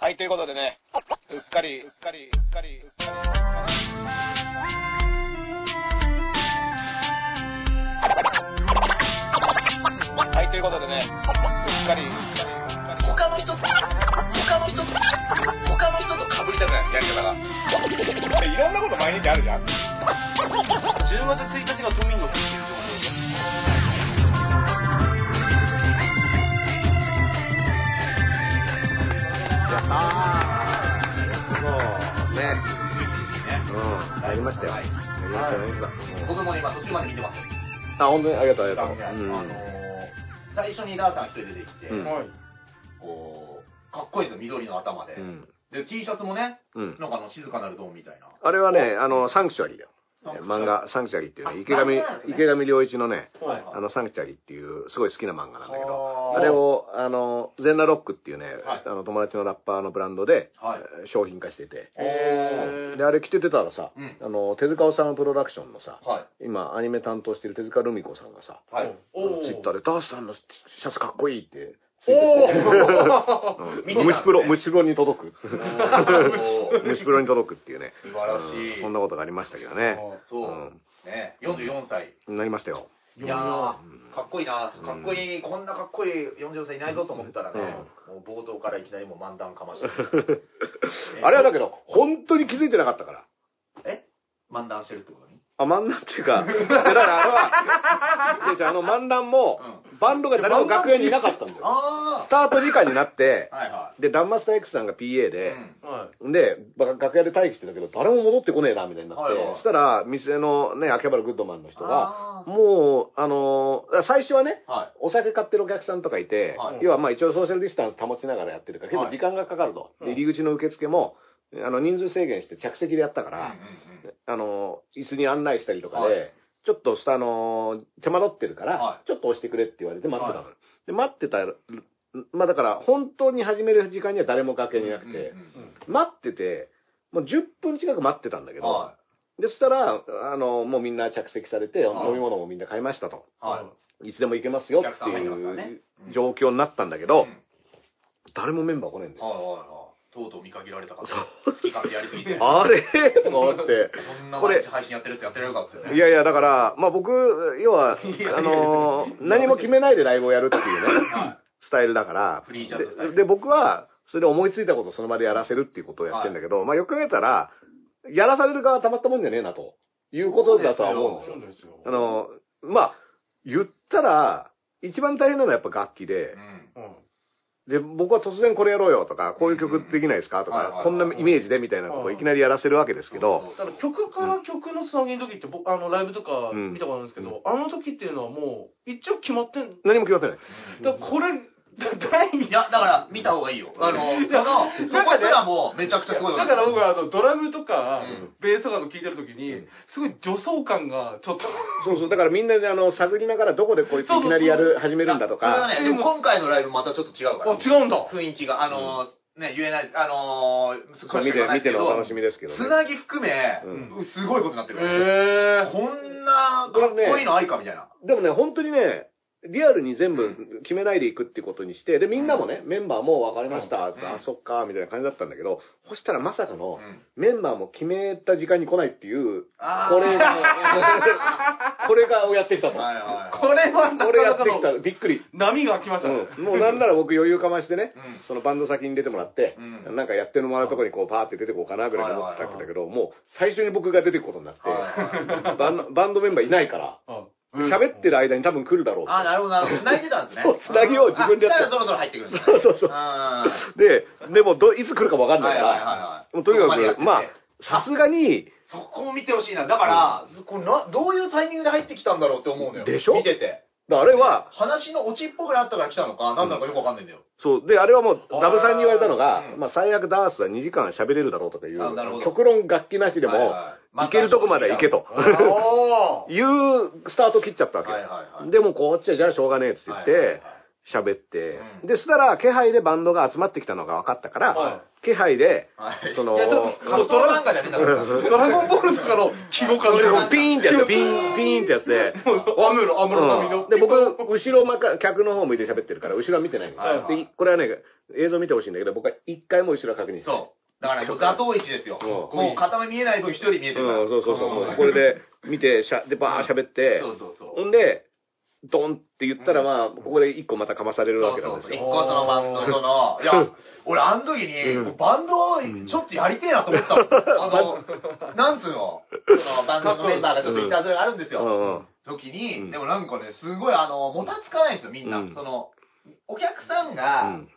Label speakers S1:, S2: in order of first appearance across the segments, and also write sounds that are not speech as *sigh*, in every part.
S1: はい、ということでね、うっかり、うっかり、うっかり、うっかりうっかり。はい、ということでね、うっかり、うっかり、うっかり。
S2: 他の人と、他の人と、他の人と被りたくない、やり方が。
S1: いろんなこと毎日あるじゃん。
S2: 10月1日が都民の日っていう情報で。
S3: やったーもうねうんやりましたよ、
S2: はい
S3: やりましたよやりました
S2: 僕も今、途中まで見てますよ。
S3: あ本当にありがとうありが
S2: ダ
S3: と
S2: ウ
S3: う
S2: ンであの
S3: うん
S2: ー最初にダーさん一人出てきて、
S3: うん
S1: はい。
S2: こう、かっこいいですよ、緑の頭で。
S3: うん
S2: で、T シャツもね、
S3: うん
S2: なんかあの静かなるドームみたいな。
S3: あれはねあのサンクチュアリだよ
S2: サンクチュアリ
S3: 漫画「サンクチュアリ」っていう
S2: あ
S3: ね池上
S2: 漫画なんですね
S3: 池上良一のね
S2: はい
S3: あのサンクチュアリっていうすごい好きな漫画なんだけど
S2: あー
S3: あれをあのゼンナロックっていうね、
S2: はい
S3: あの友達のラッパーのブランドで、
S2: はい
S3: えー商品化してて
S2: へー
S3: であれ着て出たらさ、
S2: うん
S3: あの手塚治虫プロダクションのさ、
S2: は
S3: 今アニメ担当してる手塚ルミ子さんがさ
S2: い。はい。
S3: あのツイッターで「ダースさんのシャツかっこいい」ってツイー
S2: お
S3: トして
S2: ー
S3: てうん *laughs* 虫プロ
S2: 見て
S3: 虫プロに
S2: *laughs*
S3: 届く
S2: たんですねおー
S3: 虫プロに届くっていうね
S2: 素晴らしい
S3: うんそんなことがありましたけどね
S2: そう
S3: うん。
S2: ね、44歳。
S3: なりま
S2: *laughs*
S3: したよ
S2: いやーかっこいいな、かっこいい、こんなかっこいい44歳いないぞと思ったらね、もう冒頭からいきなりもう漫談かまして、
S3: あれはだけど本当に気づいてなかったから
S2: え漫談してるってことに
S3: あ漫談っていうかいやだからあ
S2: *laughs*
S3: れは違う違うあの漫談も
S2: う
S3: バンドが誰も楽屋にいなかったんだよ
S2: あ
S3: スタート時間になって
S2: あはいは
S3: でダンマスター X さんが PA
S2: い。
S3: で、
S4: は
S3: で、ば楽屋で待機してたけど、誰も戻ってこねえな、みたいになって、
S2: はいはい
S3: そしたら、店のね、秋葉原グッドマンの人
S2: あー
S3: が、もう、あのー最初はね、
S2: は
S3: お酒買ってるお客さんとかいて、
S2: はい
S3: 要はまあ一応ソーシャルディスタンス保ちながらやってるから、結構時間がかかると。
S4: はい
S3: で入り口の受付も、あの、人数制限して着席でやったか
S2: い。うん
S3: ら、
S2: うんうん
S3: あのー椅子に案内したりとかで、
S2: はい
S3: ちょっと下の、手間取ってるから、
S2: はい
S3: ちょっと押してくれって言われて待ってたの。で、待ってたら、まあだから、本当に始める時間には誰も楽屋にいなくて、
S2: うんうんうん
S3: 待ってて、もう10分近く待ってたんだけど、
S2: は
S3: でそしたら、あの、もうみんな着席されて、
S2: はい
S3: 飲み物もみんな買いましたと。
S2: い。はい
S3: つでも行けますよ
S2: お客さ
S3: って
S2: ん入ってますから
S3: い
S2: ね
S3: う
S2: うん
S3: 状況になったんだけ
S2: い。
S3: ど、
S2: うん
S3: 誰もメンバー来ねえんだ
S2: はい
S3: よ。
S2: はいはい。とうとう見限られたから、好き勝手やりすぎて。
S3: あれ *laughs* とか思って。
S2: こんな
S3: こ
S2: 毎
S3: れ
S2: 日配信やってるやつやってられるかっすよね。
S3: いやいや、だから、まあ僕、要は、
S2: いや
S3: あのー何も決めないでライブをやるって
S2: *laughs*
S3: いうね、
S2: は
S3: スタイルだから
S2: フリージャズスタイル
S3: で、で僕は、それで思いついたことをその場でやらせるっていうことをやってんだけど、まあよく考えたら、やらされる側はたまったもんじゃねえなと、いうことだとは思うんで
S4: い。
S3: すよ
S4: そ。うですよ。
S3: あの、まあ、言ったら、一番大変なのはやっぱ楽器
S2: い
S3: で
S2: う、ん
S4: うん。
S3: で、僕は突然これやろうよとか、こういう曲できないですかと
S2: はいはいは
S3: か
S2: い、
S3: こんなイメージでみたいなことをいきなりやらせるわけですけど、
S4: だから曲から曲のつなぎの時って、僕、あの、ライブとか見たことあるんですけど、あの時っていうのはもう、一応決まってん。
S3: 何も決まってない。
S4: だからこれ、第
S2: い
S4: 二
S2: や、だから、見た方がいいよ。あの、その、そこすらもう、めちゃくちゃすごい
S4: だから僕はあのドラムとか、
S2: うん
S4: ベースとかの聴いてる時に、すごい女装感がちょっと、
S3: そうそう、だからみんなであの、探りながらどこでこいついきなりやる、始めるんだと
S2: それは
S3: か、
S2: ね、でも今回のライブまたちょっと違うから。
S4: あ、違うんだ。
S2: 雰囲気が、あのーね、言えない、あのー、少
S3: 見て、見てのお楽しみですけど
S2: つ
S3: ね。
S2: なぎ含め、
S3: う
S2: すごいことになってるから、
S4: えー。
S2: こんな、かっこいいのありかみたいな。
S3: でもね、本当にね、リアルに全部決めないでいくってことにして、で、みんなもね、メンバーも分かりました、
S2: ん
S3: あ、そっか、みたいな感じだったんだけど、そしたらまさかの、
S2: うん
S3: メンバーも決めた時間に来ないっていう、
S2: あー
S3: こ
S2: *laughs*
S3: れが、これがをやってきたと。
S2: はいはい。
S4: これはな
S3: これ
S4: か
S3: や
S4: な
S3: って
S4: か
S3: きた
S4: の、
S3: びっくり。
S4: 波が来ましたね。
S3: うんもうなんなら僕余裕かましてね
S2: うん、
S3: そのバンド先に出てもらって
S2: う、ん
S3: なんかやってもらうとこにこうパーって出てこうかなぐらいに思ってたんだけど、もう最初に僕が出てくことになって、
S2: はいはい
S3: バンドバンドメンバーいないから、
S4: うん
S3: 喋ってる間に多分来るだろうって
S2: あー、なるほど、なるほど。繋いでたんですね
S3: そう。繋ぎを自分でやって
S2: あだからそろそろ入ってくるんですね。
S3: そうそうそう
S2: あ
S3: で、でもど、いつ来るか分かんないか
S2: はいはいはいは
S3: ら、
S2: い
S3: もうとに
S2: そこまでやって
S3: か
S2: て
S3: く、まあ、さすが
S2: ー
S3: に、
S2: そこを見てほしいな。だから、これなどういうタイミングで入ってきたんだろうって思うのよ。
S3: でしょ
S2: 見てて。
S3: あれは、
S2: 話のオチっぽくなったから来たのか、何なのかよくわかんないんだよ。
S3: そう、で、あれはもう、ダブさんに言われたのが
S2: う、ん
S3: まあ、最悪ダースは2時間喋れるだろうとかいう
S2: あなるほど、
S3: 極論楽器なしで
S2: はい
S3: も
S2: は、い
S3: 行けるとこまで行けと、
S4: おー
S3: いうスタート切っちゃったわけよ
S2: はいはいは。い
S3: でも、こっちはじゃあしょうがねえって言っ
S2: はいはいは
S3: て
S2: い、
S3: 喋って、
S2: うん
S3: で、そしたら、気配でバンドが集まってきたのが分かったから、
S4: は
S3: 気配で、
S2: はい
S3: その、
S4: いやでも
S2: カットラなんかじゃねえんだから。
S4: ドラゴンボールとかの記号か
S2: ドラゴ
S4: ね。
S3: ピーンってやつ、ピーン、ピーンってやつで、
S4: もうアムロ、アムロ並みの。
S3: で、僕、後ろ、まか、客の方向いて喋ってるから、後ろは見てないの、
S2: はいはい
S3: で、これはね、映像見てほしいんだけど、僕は一回も後ろ確認してない。
S2: そう。だから、座頭市ですよ。
S3: うん
S2: もう、片目見えない分一人見えてるから。
S3: うん、そうそうそう。
S2: ん
S3: もうこれで、見て、しゃ、で、バー喋って、
S2: そうそうそう。
S3: ほんで、ドンって言ったら、まあ、ここで一個またかまされるわ
S2: そう
S3: けなん
S2: そう
S3: で
S2: そう。一
S3: すよ。
S2: 個そのバンドと
S3: *laughs*
S2: の、いや、俺あの時に、
S3: うん
S2: バンドちょっとやりてえなと思ったも
S3: *laughs*
S2: ん。あの、なんつうの、そのバンドのメンバーがちょっといたずらがあるんです
S3: う
S2: よ。
S3: んうん。
S2: 時に、
S3: うん
S2: でもなんかね、すごいあの、もたつかないんですよ、みんな。
S3: うん
S2: その、お客さん
S3: う
S2: が
S3: ん、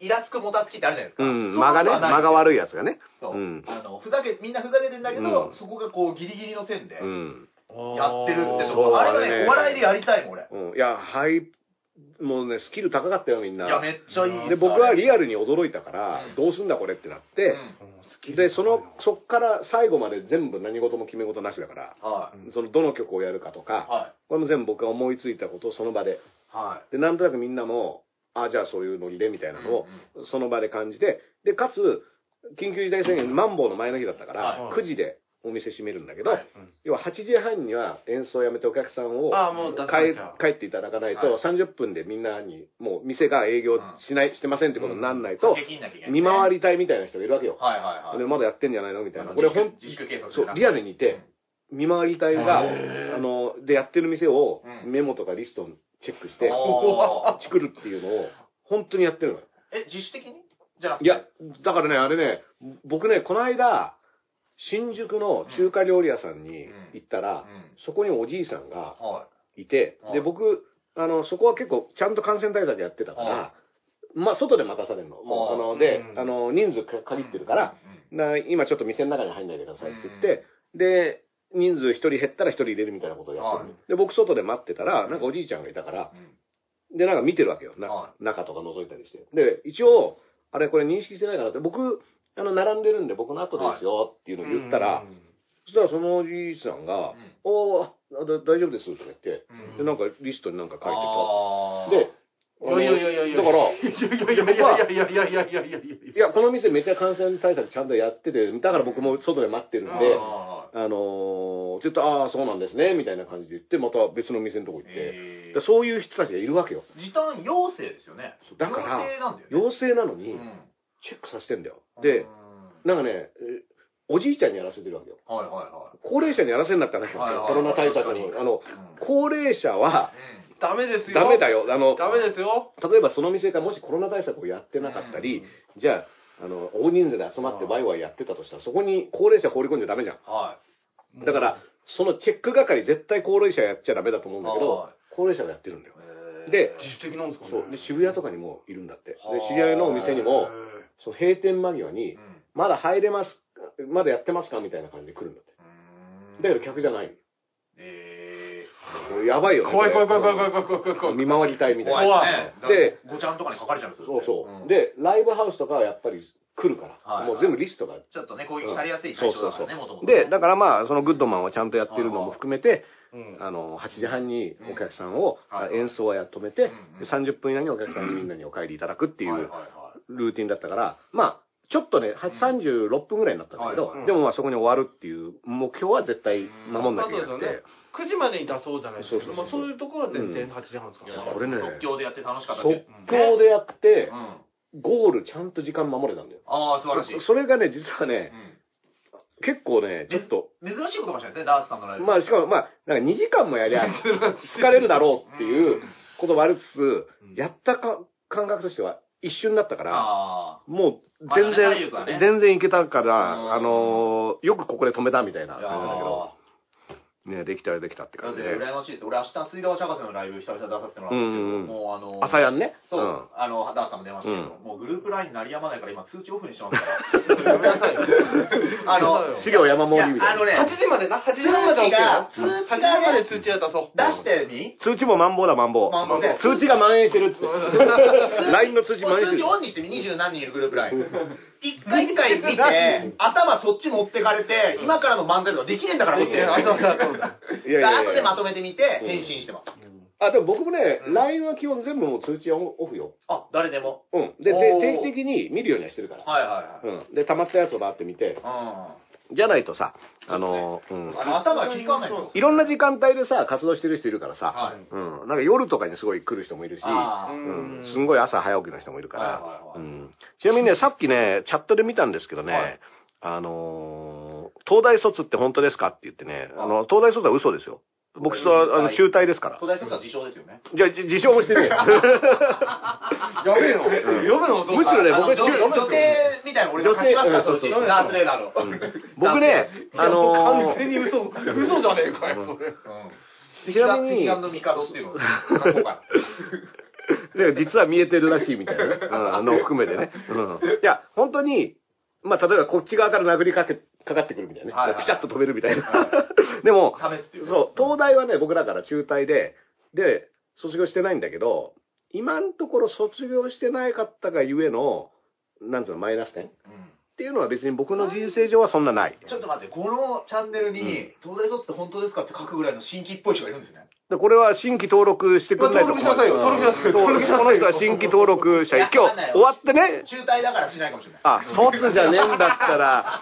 S2: イラつくもたつきってあるじゃないです
S3: う
S2: か。
S3: ん。
S2: そ
S3: 間がね、
S2: こはない
S3: 間が悪いやつがね。
S2: そう
S3: うん
S2: あの、ふざけ、みんなふざけてんだけど、
S3: うん
S2: そこがこうギリギリの線で、
S3: うん。
S2: やってるってと
S3: そう
S2: こ。あれ
S3: あ
S2: ね
S3: れね
S2: お笑いでやりたいもん、俺。
S3: うんいや、はい、もうね、スキル高かったよ、みん
S2: いや、
S3: な。
S2: めっちゃいいっす
S3: で、僕は
S2: あれ
S3: リアルに驚いたから
S2: うん、
S3: どうすんだこれってなっ
S2: う
S3: て、
S2: ん
S3: で、その、そっから最後まで全部何事も決め事なしだから、
S2: は
S4: うん
S3: その、どの曲をやるかと
S2: い。
S3: か、
S2: はい。
S3: これも全部僕が思いついたことをその場で、
S2: は
S3: で、なんとなくみんなも、あ、じゃあそういうノリで、みたい
S2: い。
S3: なのを、その場で感じて、で、かつ、緊急事態宣言、マンボウの前の日だったから、
S4: はい
S3: 9時でお店閉めるんだけど、
S2: はい
S3: 要は8時半には演奏をやめてお客さんを
S4: ああ、もう出さ
S3: 帰
S4: なきゃ。
S3: 帰っていただかないと、
S2: は
S3: 30分でみんなに、もう店が営業しない、してませんってことにならないと、
S2: 駆け切んなきゃいけない
S3: 見回り隊みたいな人がいるわけよ。
S2: はいはい
S3: で
S2: はい。
S3: まだやってんじゃないのみたいな。
S2: あの
S3: これほん、
S2: 自粛自粛警察
S3: そう、リアルにいて、見回り隊が、あの、で、やってる店を
S2: う、ん
S3: メモとかリストにチェックして、
S2: おー
S3: 作るっていうのを、本当にやってるのよ。
S2: え、自主的にじゃなくて
S3: いや、だからね、あれね、僕ね、この間、新宿の中華料理屋さんに行った
S2: う
S3: ら、
S2: ん。
S3: そこにおじいさんが
S2: はい
S3: て
S2: は、い
S3: で、僕、あの、そこは結構、ちゃんと感染対策やってたか
S2: は
S3: ら、まあ、外で待たされるの。もう、あ
S2: は
S3: の、で
S4: う、ん
S3: あの、人数か
S2: い。
S3: 限ってるから、な今ちょっと店の中に入んないでくださいって言って、で、人数一人減ったら一人入れるみたいなことをやってる。
S2: は
S3: で、僕外で待ってたら、なんかおじいちゃんがいたから、
S2: うん、うん
S3: で、なんか見てるわけよ。な
S2: は
S3: 中とか覗いたりして。で、一応、あれこれ認識してないかなって、僕、あの、並んでるんで僕の後ですよっていうのを言ったら、そしたらそのおじいさんが、おーあだ大丈夫ですとか言って、
S2: うんうん
S3: で、なんかリストになんか書い
S2: あー
S3: て
S4: い
S3: た。で、あの
S4: やいやいやいや。
S3: だから、
S4: いやいやいやいやいやいやいやいやいや
S3: いや、この店めっちゃ感染対策ちゃんとやってて、だから僕も外で待ってるんで、
S4: で
S2: あ
S3: あのー、って言ったら、ああ、そうなんですね、みたいな感じで言って、また別の店のとこ行
S2: ー
S3: って、
S2: えー
S3: でそういう人たちがいるわけよ。
S2: 時短要請ですよね。
S3: だから
S2: 要請なんだよね。
S3: 陽性なのに、
S2: う
S3: チェックさせてんだよ。
S2: ん
S3: で
S2: う、ん
S3: なんかね、えおじいちゃんにやらせてるわけよ。
S2: はいはい
S3: 高齢者にやらせるんだったら、
S2: はいはい
S3: コロナ対策に。あの、
S2: はい。
S3: 高齢者は
S2: う
S4: ダメですよ。
S3: ダメだよ。あの、
S4: ダメですよ。
S3: 例えばその店がもしコロナ対策をやってなかったり、じゃあ、あの、大人数で集まってワイワイやってたとしたら、そこに高齢者放り込んじゃダメじゃん。
S2: んは
S3: だから、そのチェック係絶対高齢者やっちゃダメだと思うんだけど
S2: はい、
S3: 高齢者がやってるんだよ。
S2: い。
S3: で
S4: 自主的なんですかね
S3: そう。で、渋谷とかにもいるんだって。で
S2: はあ、
S3: 知り合いのお店にも、その閉店間際
S2: えー、
S3: にまだ入れます、まだやってますかみたいな感じで来るんだっ
S2: うん
S3: て。だけど客じゃない。
S2: え
S3: やばいよね。
S4: 怖い怖い怖い怖い
S3: い。
S4: 怖い怖い怖い怖い。
S3: 見回りたいみ
S2: ー、
S3: たいな。
S2: 怖いね。
S3: で、
S2: ごちゃんとかに書かれちゃうんですよ。
S3: そうそう。
S2: ん、
S3: で、ライブハウスとかはやっぱり来るから、
S2: はい
S3: もう全部リストが。
S2: ちょっとね、攻撃されやすい対象だからね、もともと。
S3: で、だからまあ、そのグッドマンはちゃんとやってるのも含めて、
S4: うん
S3: あの、8時半にお客さんを、
S2: うんはいはい
S3: 演奏はやっとめて、
S2: うん
S3: で30分以内にお客さんみんなにお帰りいただくってい
S2: はいうはいはい
S3: ルーティンだったから、まあ、ちょっとね、は36分ぐらいになったんだけど、
S2: はい
S4: はい
S3: でもまあそこに終わるっていう目標は絶対守んなきゃいけな
S4: そう
S3: く
S4: で
S3: て、
S4: すよね9時までに出そうじゃないですか。
S3: そうそうそう
S4: まあそういうところは全然8時半ですか
S2: い
S4: ら
S2: や
S3: こ
S4: ね
S3: れね
S2: 即興でやって楽しかったけど。
S3: 即興でやって
S2: う、ん。
S3: ゴールちゃんと時間守れたんだよ。
S2: ああ、素晴らしい。
S3: それがね、実はね、
S2: う
S3: 結構ね、ちょっと、
S2: ん。珍しいことかもしれないですね、ダーツさんのライブ。
S3: まあしかもまあ、なんか2時間も
S2: *laughs*
S3: やりゃ、疲れるだろうっていうこともありつ
S4: うん
S3: つ、やったか感覚としては一瞬だったから、
S2: あ
S3: もう
S2: ま
S3: 全然
S2: あ体力はね、
S3: 全然いけたか
S2: うん
S3: ら、あのー、よくここで止めたみたいな
S2: あ。い
S3: 感
S2: や
S3: じなんだけど、
S2: ー
S3: ね、できたらできたって
S2: だ
S3: 感
S2: っ
S3: じ
S2: て
S3: で。
S2: 羨ましいです。俺明日、水川博士のライブ久々に出させてもらうんですけど、もうあのー、
S3: 朝やんね。
S2: そう、
S3: ん
S2: あの、ダーツさんも出ましたけど、
S3: う
S2: もうグループラインに鳴りやまないから今通知オフにして
S3: *laughs*
S2: ますから。
S4: ごめんなさいよ。
S2: あ
S4: ごめんな
S2: の
S4: さいよ
S3: 資料山
S2: い
S3: 盛
S2: や
S3: りみた
S2: あ
S3: い
S2: の
S3: な。
S2: ね、
S4: 8時までな、8時半まで OK よ。
S2: 通知が通知が
S4: 8時半まで通知は出そう。
S2: 出してみ
S3: 通知もマンボウだ、マンボウ。
S2: マンボウで
S3: 通知が蔓延してるっつって。LINE の通知蔓
S2: 通
S3: 延して
S2: 知
S3: る。
S2: オンにしてみ、二十何人いるグループライン。一回一回見 *laughs* て、頭そっち持ってかれて、今からの漫才とかできねえんだから、こっち。
S4: できねえそうだそうだ
S2: あとでまとめてみて、
S3: うん
S2: 返信してます。
S3: あ、でも僕もね、
S2: うん
S3: LINE は基本全部もう通知はオフよ。
S2: あ、誰でも。
S3: うん。で、
S2: お
S3: で
S2: ー
S3: 定期的に見るようにはしてるから。
S2: はいはいはい。
S3: うん。で、溜まったやつをバーって見て、
S2: う
S3: じゃないとさ、あの、うん
S2: ん。。あの頭が切り替わんないと。
S3: いろんな時間帯でさ、活動してる人いるからさ、
S2: はい。
S3: うん。なんか夜とかにすごい来る人もいるし、
S2: あー
S4: う
S3: うんん。すんごい朝早起きの人もいるか
S2: はい
S3: ら、
S2: は
S3: う
S2: いはい。
S3: んちなみにね、さっきね、チャットで見たんですけどね、
S2: はい
S3: あのー東大卒って本当ですかって言ってね、あの、東大卒は嘘ですよ。僕とは、あの、
S2: はい
S3: 中退ですから。
S2: 東大卒は自称ですよね。
S3: じゃあ、じ自称もしてねえ
S2: *laughs*
S3: よ。
S4: やべえの。やべえの、
S3: むしろね
S2: あの
S3: 僕
S2: 女
S3: 中
S2: 女性みたいな俺が勝ちますから、そ
S3: 女
S2: う
S3: 性
S2: そう
S3: うんそうそうそう
S2: ダースレーダーの。
S3: 僕ね、あ
S4: もう
S3: の
S4: 完全に嘘、嘘じゃねえかよ、それ。
S3: ーちなみに、
S2: 敵味方っていうのを書こうか
S3: で実は見えてるらしいみた
S2: *laughs*
S3: いなね、うん、あの、含めてね。うん。いや、本当に、まあ、例えばこっち側から殴りかけ、かかってくるみたいなね。
S2: はいはい
S3: ピシャッと飛べるみたいな。
S2: は
S3: でも、
S2: な。試すっていう。
S3: そう、東大はね、僕らから中退で、で、卒業してないんだけど、今のところ卒業してないかったがゆえの、なんつうの、マイナス点っ
S2: うん
S3: ていうのは別に僕の人生上はそんなない。
S2: ちょっと待って、このチャンネルに、東大卒って本当ですかって書くぐらいの新規っぽい人がいるんですね。
S3: でこれは新規登録してくんないと困る。
S4: まあ登録しなさいよ登録しなさいよ
S3: この人は新規登録者、今日終わってね、
S2: 中退だからしないかもしれない。
S3: あ、卒じゃねえんだったら、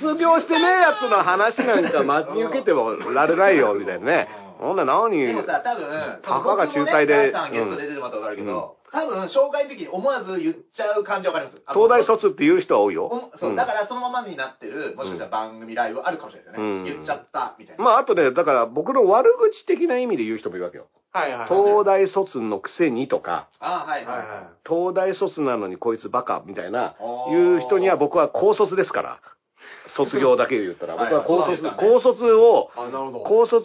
S3: 卒業してねえやつの話なんか待ち受けてもられないよ、みたいなね。ほんなら何
S2: でもさ、多分、
S3: たかが中退で
S2: さんゲスト出てもらったことあるけど、多分、紹介の時に思わず言っちゃう感じわかります。あの
S3: 東大卒っていう人は多いよ
S2: お。そうう、
S3: ん
S2: だからそのままになってる、もしかしたら番組ライブあるかもしれないですよね。
S3: うん
S2: 言っちゃった、みたいな。
S3: まあ、あとね、だから僕の悪口的な意味で言う人もいるわけよ。
S4: はいはい。
S3: 東大卒のくせにとか、
S2: あーはい
S4: は
S2: はいい。
S4: は
S3: 東大卒なのにこいつバカみたいな、
S2: あー
S3: いう人には僕は高卒ですから。卒業だけで言ったら。
S2: はい
S3: 僕は高卒、
S2: そうですよね
S3: 高卒を、
S4: い。あ、なるほど。
S3: 高卒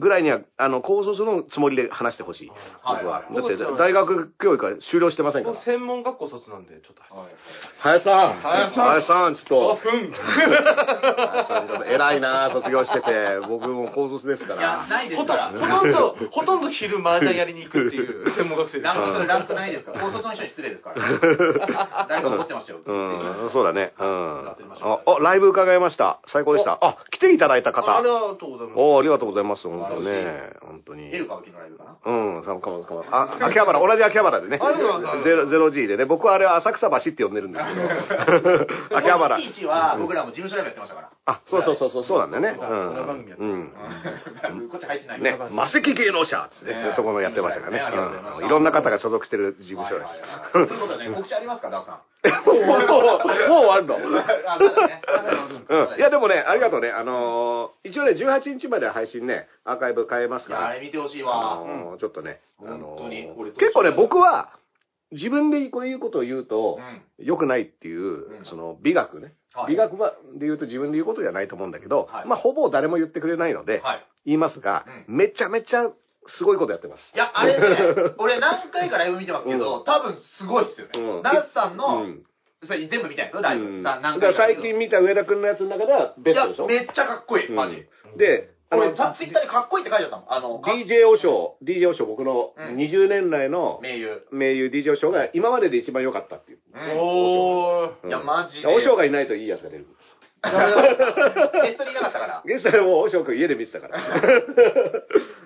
S3: ぐらいには、あの、高卒のつもりで話してほしい。
S2: はい
S3: 僕は。だっ
S4: 僕
S3: て
S4: はそう、
S3: 大学教育は終了してませんか
S4: 僕
S3: ら。
S4: 専門学校卒なんで、ちょっと。
S2: はい
S3: 林さん
S4: 林さん
S3: 林さんちょっと、
S4: ふん。
S3: 林さんちょっと偉いな卒業してて、僕も高卒ですか
S2: いや、
S3: ら。
S2: ない
S4: *laughs*
S2: です
S4: ほ
S2: か
S4: と
S2: ら。
S4: んど、ほとんど昼麻雀やりに行くって
S3: *laughs*
S4: いう専門学生です。
S2: ランク、それランクないですから。高卒の人に失礼ですから。誰か怒ってましたよ。
S3: うん、そうだね。うん。あ
S2: 忘れましょう、
S3: おライブ伺いました。最高でした。あ、来ていただいた
S4: ああ
S3: 方
S4: り。がとうございます。
S3: おーありがとうございます。本当
S2: 素
S3: に
S2: 晴
S3: ね。本当に。
S2: エル歌舞伎のライブかな。
S3: うん、さかもかも。あ、秋葉原、同じ秋葉原でね。
S4: ありがとうございます
S3: ゼロ、ゼロ G でね。僕はあれは浅草橋って呼んでるんです
S2: *laughs*
S3: けど。秋葉原。
S2: 1は僕らも事務所ライブやってましたから。
S3: あ、そうそうそうそう、そうなんだよね。
S4: 裏番組やって
S3: う
S4: ま
S3: ん。うん。
S2: こっち配信ない
S3: ね、魔石芸能者っつってね
S2: ね
S3: そこのやってましたから
S2: ありがとうございま
S3: ね。
S2: し
S3: うん。
S2: た
S3: いろんな方が所属してる事務所で
S2: ということでね、告知ありますか、ダークさん。
S3: す。もう、もう、もうあるの
S2: あ、まだね。
S3: うん。いや、でもね、ありがとうね。あのー一応ね、18日まで配信ね、アーカイブ変えます
S2: い
S3: か
S2: や、あ
S3: ら
S2: れ。見てほしい
S3: あ
S2: わ。
S3: のーちょっとね、あの
S2: 本当に俺
S3: ー
S2: と
S3: 結構ね、僕は、自分でこういうことを言うと、良くないっていう、
S2: うん
S3: その美学ね。
S2: はい
S3: 美学は、で言うと自分で言うことじゃないと思うんだけど、
S2: はい
S3: まあ、ほぼ誰も言ってくれないので、
S2: はい。
S3: 言いますが、
S2: う
S3: めちゃめちゃすごいことやってます。
S2: いや、あれ
S3: *laughs*
S2: ね、俺何回かライブ見てますけど、多分すごいっすよ
S3: うん
S2: ね。ダースさん
S3: う
S2: の、
S3: ん
S2: それ全部見たんですよ、ライブ。
S3: うん
S2: な何
S3: だ
S2: 回
S3: から
S2: か。
S3: 最近見た上田君のやつの中ではベ
S2: い
S3: ス
S2: や
S3: トでしょ、
S2: めっちゃかっこいい、マジ。
S3: うんで、あの
S2: 俺、、さツイッターでかっこいいって書いてあったもん。あの、か
S3: DJ お尚、DJ お尚、僕の
S2: うん
S3: 20年来の
S2: 名優。
S3: 名優 DJ お尚が今までで一番良かったっていう。
S2: *laughs*
S4: おー。
S3: うん
S2: いやマジで
S3: お尚がいないといいやつが出る。
S2: ゲストにいなかったから。
S3: ゲストでもうお尚君家で見てたから。
S2: *laughs*
S3: い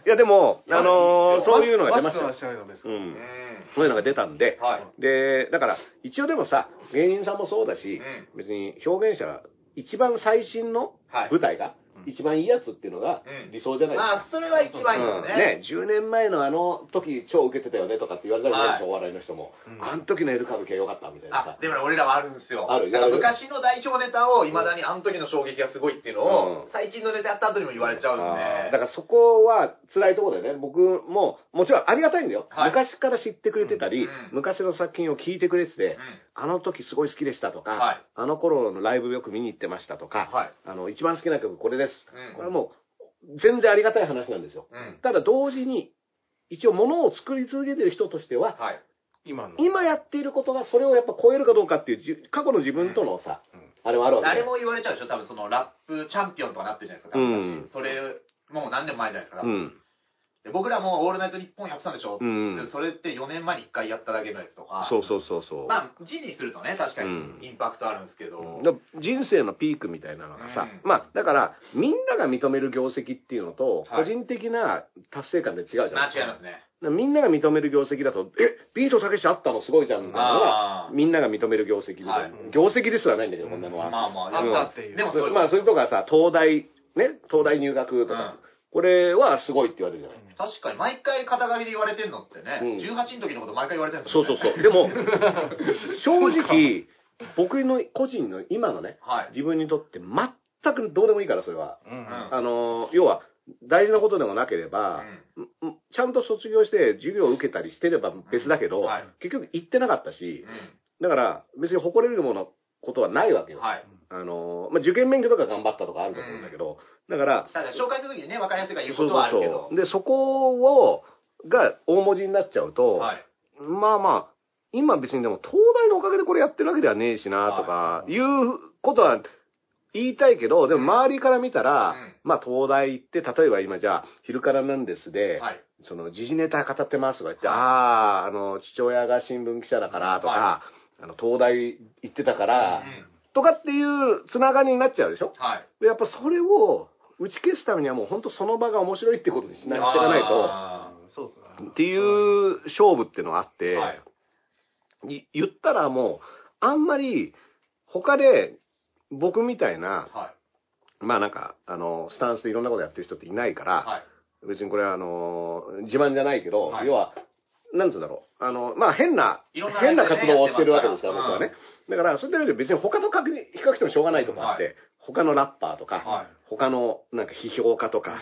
S3: や、でも、あのーそういうのが出ましたよ
S4: マス。クはしないとダメです
S3: う。
S4: か
S2: うんん。
S3: そういうのが出たんで、
S2: はい。
S3: で、だから、一応でもさ、芸人さんもそうだし、
S2: う
S3: 別に表現者は、一番最新の
S2: はい
S3: 舞台が、一番いいやつっていうのが
S2: うん
S3: 理想じゃないですか。
S2: まあ、それが一番いいよ
S3: うん
S2: ね。
S3: ね、10年前のあの時超受けてたよねとかって言われたらでし
S2: は
S3: ょ、
S2: い
S3: お笑いの人も、
S4: うん
S3: あの時のエル歌舞伎は良かったみたいな
S2: あ
S3: さ、
S2: でもね俺らはあるんですよ。
S3: ある
S2: だから
S3: やる
S2: 昔の代表ネタを、いまだにあの時の衝撃がすごいっていうのを、
S3: うん
S2: 最近のネタやった後にも言われちゃうん
S3: あー
S2: で
S3: だ。からそこは辛いところだよね僕ももちろんありがたいんだよ、
S2: はい
S3: 昔から知ってくれてたり、
S2: うん
S3: 昔の作品を聞いてくれてて、あの時すごい好きでしたとか、
S2: はい
S3: あの頃のライブよく見に行ってましたとか、
S2: はい
S3: あの一番好きな曲これ
S2: う
S3: です、
S2: ん
S3: これはもう全然ありがたい話なんですよ
S2: うん。うん。
S3: ただ同時に一応物を作り続けてる人としては、
S2: はい。
S4: 今の。
S3: 今やっていることがそれをやっぱ超えるかどうかっていうじ過去の自分とのさ、
S4: うん
S3: あれはあるわけ
S2: 誰
S3: で
S2: も言われちゃうでしょ多分そのラップチャンピオンとかなってるじゃないですか。
S3: うん
S2: 昔それ、もう何年も前じゃないですか。
S3: うん
S2: で僕らも「オールナイトニッポン」やってたんでしょ、
S3: うん
S2: でそれって4年前に1回やっただけのやつとか
S3: そうそうそうそう。
S2: まあ字にするとね確か
S3: うん
S2: にインパクトあるんですけど、
S3: だから人生のピークみたいなのがさ、
S2: うん
S3: まあだからみんなが認める業績っていうのと、
S2: はい
S3: 個人的な達成感って違うじゃ
S2: ま
S3: な
S2: あ
S3: い
S2: 違いますね
S3: だからみんなが認める業績だと、え、ビートたけしあったのすごいじゃんみたいなの
S2: あー
S3: が、みんなが認める業績みたいな。
S2: はい
S3: 業績ですらないんだけど、こんなのは。
S2: まあまあ
S4: あ
S3: うん
S4: ったっていう
S2: でもそういう
S3: まあそれとかさ、東大、ね、東大入学とか、これはすごいって言われるじゃない。
S2: 確かに毎回肩書きで言われてんのってね、
S3: うん
S2: 18の時のこと毎回言われてるんです
S3: そ
S2: よ
S3: う
S2: ね
S3: そうそう。
S2: *laughs*
S3: でも、正直、僕の個人の今のね、
S2: はい
S3: 自分にとって全くどうでもいいから、それは。
S4: うん
S2: うん
S3: あの、要は、大事なことでもなければ、んんちゃんと卒業して授業を受けたりしてれば別だけど、
S2: はい
S3: 結局行ってなかったし
S2: う、ん
S3: だから別に誇れるものことはないわけ
S2: うん
S3: よ。
S2: はい
S3: あの、まあ、受験勉強とか頑張ったとかあると思うんだけど、だから、
S2: ただ紹介する時にね分かりやすいから言う
S3: そ
S2: こ
S3: う
S2: と
S3: そ
S2: は
S3: う
S2: あるけど
S3: そう。で、そこを、が大文字になっちゃうと、
S2: はい
S3: まあまあ、今別にでも東大のおかげでこれやってるわけではねえしなとか、
S4: はい
S3: いうことは言いたいけど、でも周りから見たら、
S2: うん
S3: まあ東大行って、例えば今じゃあ、昼からなんですで、
S2: はい
S3: その時事ネタ語ってますとか言って、
S2: はい
S3: ああ、あの、父親が新聞記者だからとか、
S2: は
S3: あの、東大行ってたか
S2: う
S3: ら、
S2: ん
S3: とかっていうつながりになっちゃうでしょ
S2: はい
S3: でやっぱそれを打ち消すためにはもう本当その場が面白いってことにしなしていかないと、
S2: あ
S4: そうですね
S3: っていう勝負っていうのがあって、
S2: はい
S3: い言ったらもう、あんまり他で僕みたいな
S2: ー、はい
S3: まあなんか、あの、スタンスでいろんなことやってる人っていないから、
S2: はい
S3: 別にこれはあのー、自慢じゃないけど、
S2: はい
S3: 要は、なんつうんだろう。あの、まあ変な、
S2: いろんな
S3: 変な
S2: ライブでね
S3: 活動をしてるわけですから、
S2: やっ
S3: 僕は
S2: てます
S3: ね。だから、そういった意味で別に他と比較比較してもしょうがないとかあって、
S2: は
S3: 他のラッパーとか、
S2: はい
S3: 他のなんか批評家とか、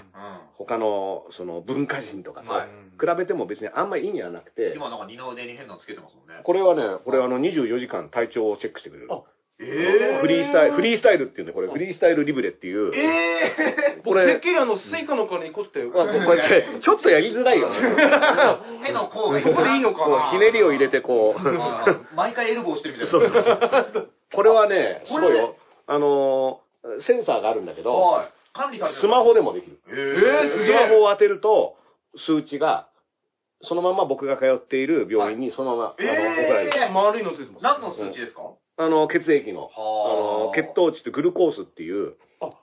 S2: う
S3: 他のその文化人とかと
S2: はい
S3: 比べても別にあんまり意味はなくて
S2: ん、今なんか二の腕に変なのつけてますもんね
S3: これはね、これあの24時間体調をチェックしてくれる。
S4: あ
S2: えー
S3: フリースタイル、フリースタイルっていうんで、これフリースタイルリブレっていう、
S4: ええ
S3: こ
S4: こ
S3: れ
S4: れ、てっきりあの、スイカの金にこって、
S3: まあこうこうやってちょっとやりづらい
S2: *laughs*
S3: よね。
S2: 手の甲が
S4: これいいのか
S3: こ
S4: な
S3: うひねりを入れてこう。
S2: あー毎回エルボーしてるみたいな
S3: そうそうそうこれはね、す
S2: こ
S3: ご
S2: れ
S3: いよ。あのー、センサーがあるんだけど、
S2: はい管理されてる
S3: スマホでもできる。
S2: え
S4: え
S2: ー
S4: ー
S3: ス
S4: すげえ
S3: マホを当てると、数値が、そのまま僕が通っている病院にそのまま、あの、送
S2: えー
S3: られる。
S4: 丸いのついてます。
S2: 何の数値ですか
S3: あの、血液の、あ
S2: は
S3: の、
S2: あ
S3: 血糖値とグルコースっていう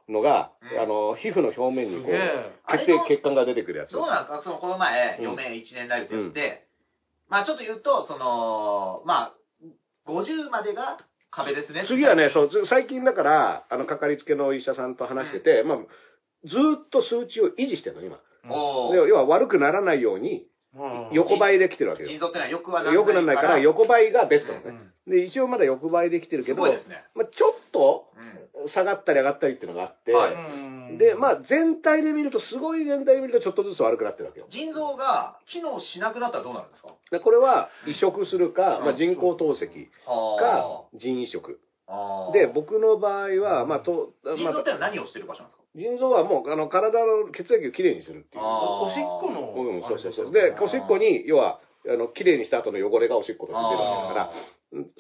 S3: のが
S2: うん、
S3: あの、皮膚の表面に
S4: す
S3: こ
S4: げ
S3: う、
S4: え。
S2: あれ
S3: 血
S2: の
S3: 液、血管が出てくるやつ。
S2: どうなんですかそのこの前、
S3: うん
S2: 余命1年ライブやって、まあちょっと言うと、その、まあ、50までが壁ですね。
S3: 次はね、そう、ず最近だから、あの、かかりつけのお医者さんと話してて、まあ、ずーっと数値を維持してるの、今。
S2: お
S3: で
S2: ー、
S3: 要は悪くならないように、
S4: まあ
S3: 横ばいできてるわけよ。
S2: 腎臓ってのはよくは
S3: 良くならないから、横ばいがベストなのね。
S4: う
S3: で、一応まだ横ばいできてるけ
S2: す
S3: ど、
S2: ごいですね。
S3: まあ、ちょっと
S2: うん
S3: 下がったり上がったりっていうのがあって、
S2: は
S4: ん
S3: で、まあ、全体で見ると、すごい全体で見ると、ちょっとずつ悪くなってるわけよ。
S2: 腎臓が機能しなくなったらどうなるんですか
S3: で、これは移植するか、
S2: うん
S3: まあ、人工透析か
S2: は、
S3: 腎移植。
S2: ああー
S3: で、僕の場合は、まあ、と、
S2: 腎
S3: ま
S2: 臓っ
S3: あ
S2: て、のは何をしてる場所なんですか
S3: 腎臓はもう、あの、体の血液をきれいにするってい
S2: あ
S3: う。
S2: ー
S4: おしっこの、
S3: うん、そうそうそう。
S4: あれ
S3: で
S4: ですよね、
S3: おしっこに、要は、あの、きれいにした後の汚れがおしっことして出るわけだから、
S2: あー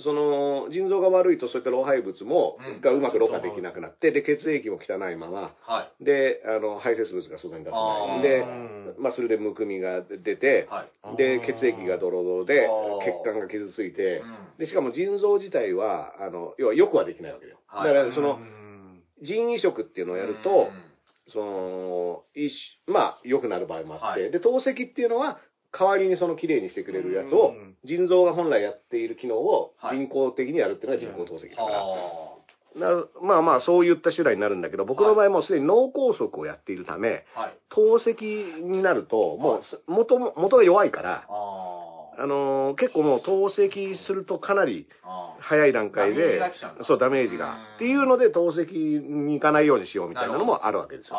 S3: その腎臓が悪いとそういった老廃物も、
S2: うん
S3: がうまくろ過できなくなってで血液も汚いまま
S2: はい。
S3: であの排泄物が外に出せな
S2: あー
S3: い
S4: うん
S3: で、まあ、それでむくみが出て
S2: はい。
S3: で血液がドロドロで
S2: あー
S3: 血管が傷ついて
S2: うん
S3: でしかも腎臓自体はあの要はよくはできないわけよ、
S2: はい
S3: だからその
S4: うん
S3: 腎移植っていうのをやると、
S2: うん
S3: その一種まあ良くなる場合もあって、
S2: はい
S3: で透析っていうのは代わりにその綺麗にしてくれるやつを
S4: うん
S3: 腎臓が本来やっている機能を
S2: はい
S3: 人工的にやるっていうのが人工透析だから、
S2: は
S3: なまあまあそういった種類になるんだけど僕の場合もうすでに脳梗塞をやっているため
S2: あ。はい。
S3: 透析になるともうす元も元が弱いから、
S2: あー
S3: あのー結構もう透析するとかなり
S2: あー。
S3: 早い段階
S2: ダメージ
S3: で
S2: が来ちゃうんだ
S3: そうダメージが
S2: うん
S3: っていうので透析に行かないようにしようみたいなのもあるわけですよ。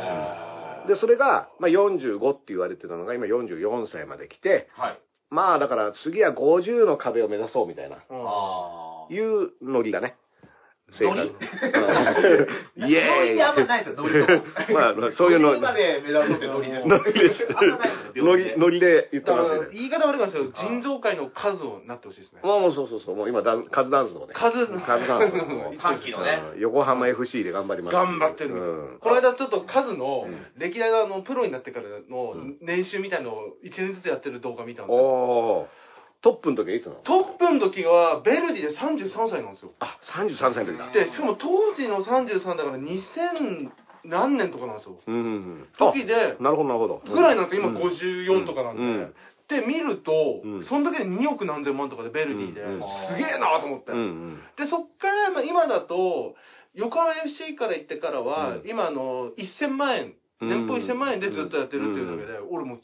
S2: ああ。
S3: で、それが、まあ、45って言われてたのが、今44歳まで来て、
S2: はい。
S3: まあ、だから次は50の壁を目指そうみたいな、
S4: うん
S2: ああ。
S3: いうノリだね。正解。うんイエ
S2: ノリってあん
S3: ー
S2: ま
S3: イ
S2: ないですよ、ノリとか。
S3: まあ、そういうの、
S2: 今でメダル取ってノリです。
S3: ノリです
S2: あんまないですよ、
S3: ノリ、ノリで言って
S4: だか
S3: ま
S4: ら
S3: す、ね。
S4: 言い方悪いかもしれないけど、人造界の数をなってほしいですね。
S3: まあもうそうそうそう、もう今ダン、カズダンスのね。
S4: 数、
S3: カズダンスのもう。
S2: 短期のね。
S3: うん横浜 FC で頑張ります。
S4: 頑張ってる
S3: うん。
S4: *laughs* この間ちょっとカズの
S3: うん
S4: 歴代のあのプロになってからの
S3: うん
S4: 年収みたいのを1年ずつやってる動画見たんですよ。
S3: おー。トップの時はいつなの
S4: トップの時はベルディで33歳なんですよ。
S3: あ、33歳の時だ。
S4: で、しかも当時の33だから2000何年とかなんですよ。
S3: うんうんうん。あ
S4: 時で、
S3: なるほど、なるほど。
S4: ぐらいなんですよ、
S3: うん
S4: 今54とかなんで。
S3: うん
S4: で、見ると、
S3: うん
S4: その時で2億何千万とかでベルディで、
S3: うん
S4: すげえなと思って。
S3: うんうん。
S4: で、そっから、まあ、今だと、横浜 FC から行ってからは、
S3: う
S4: 今、あの、1000万円、
S3: うん
S4: 年俸1000万円でずっとやってるっていうだけで、俺もう、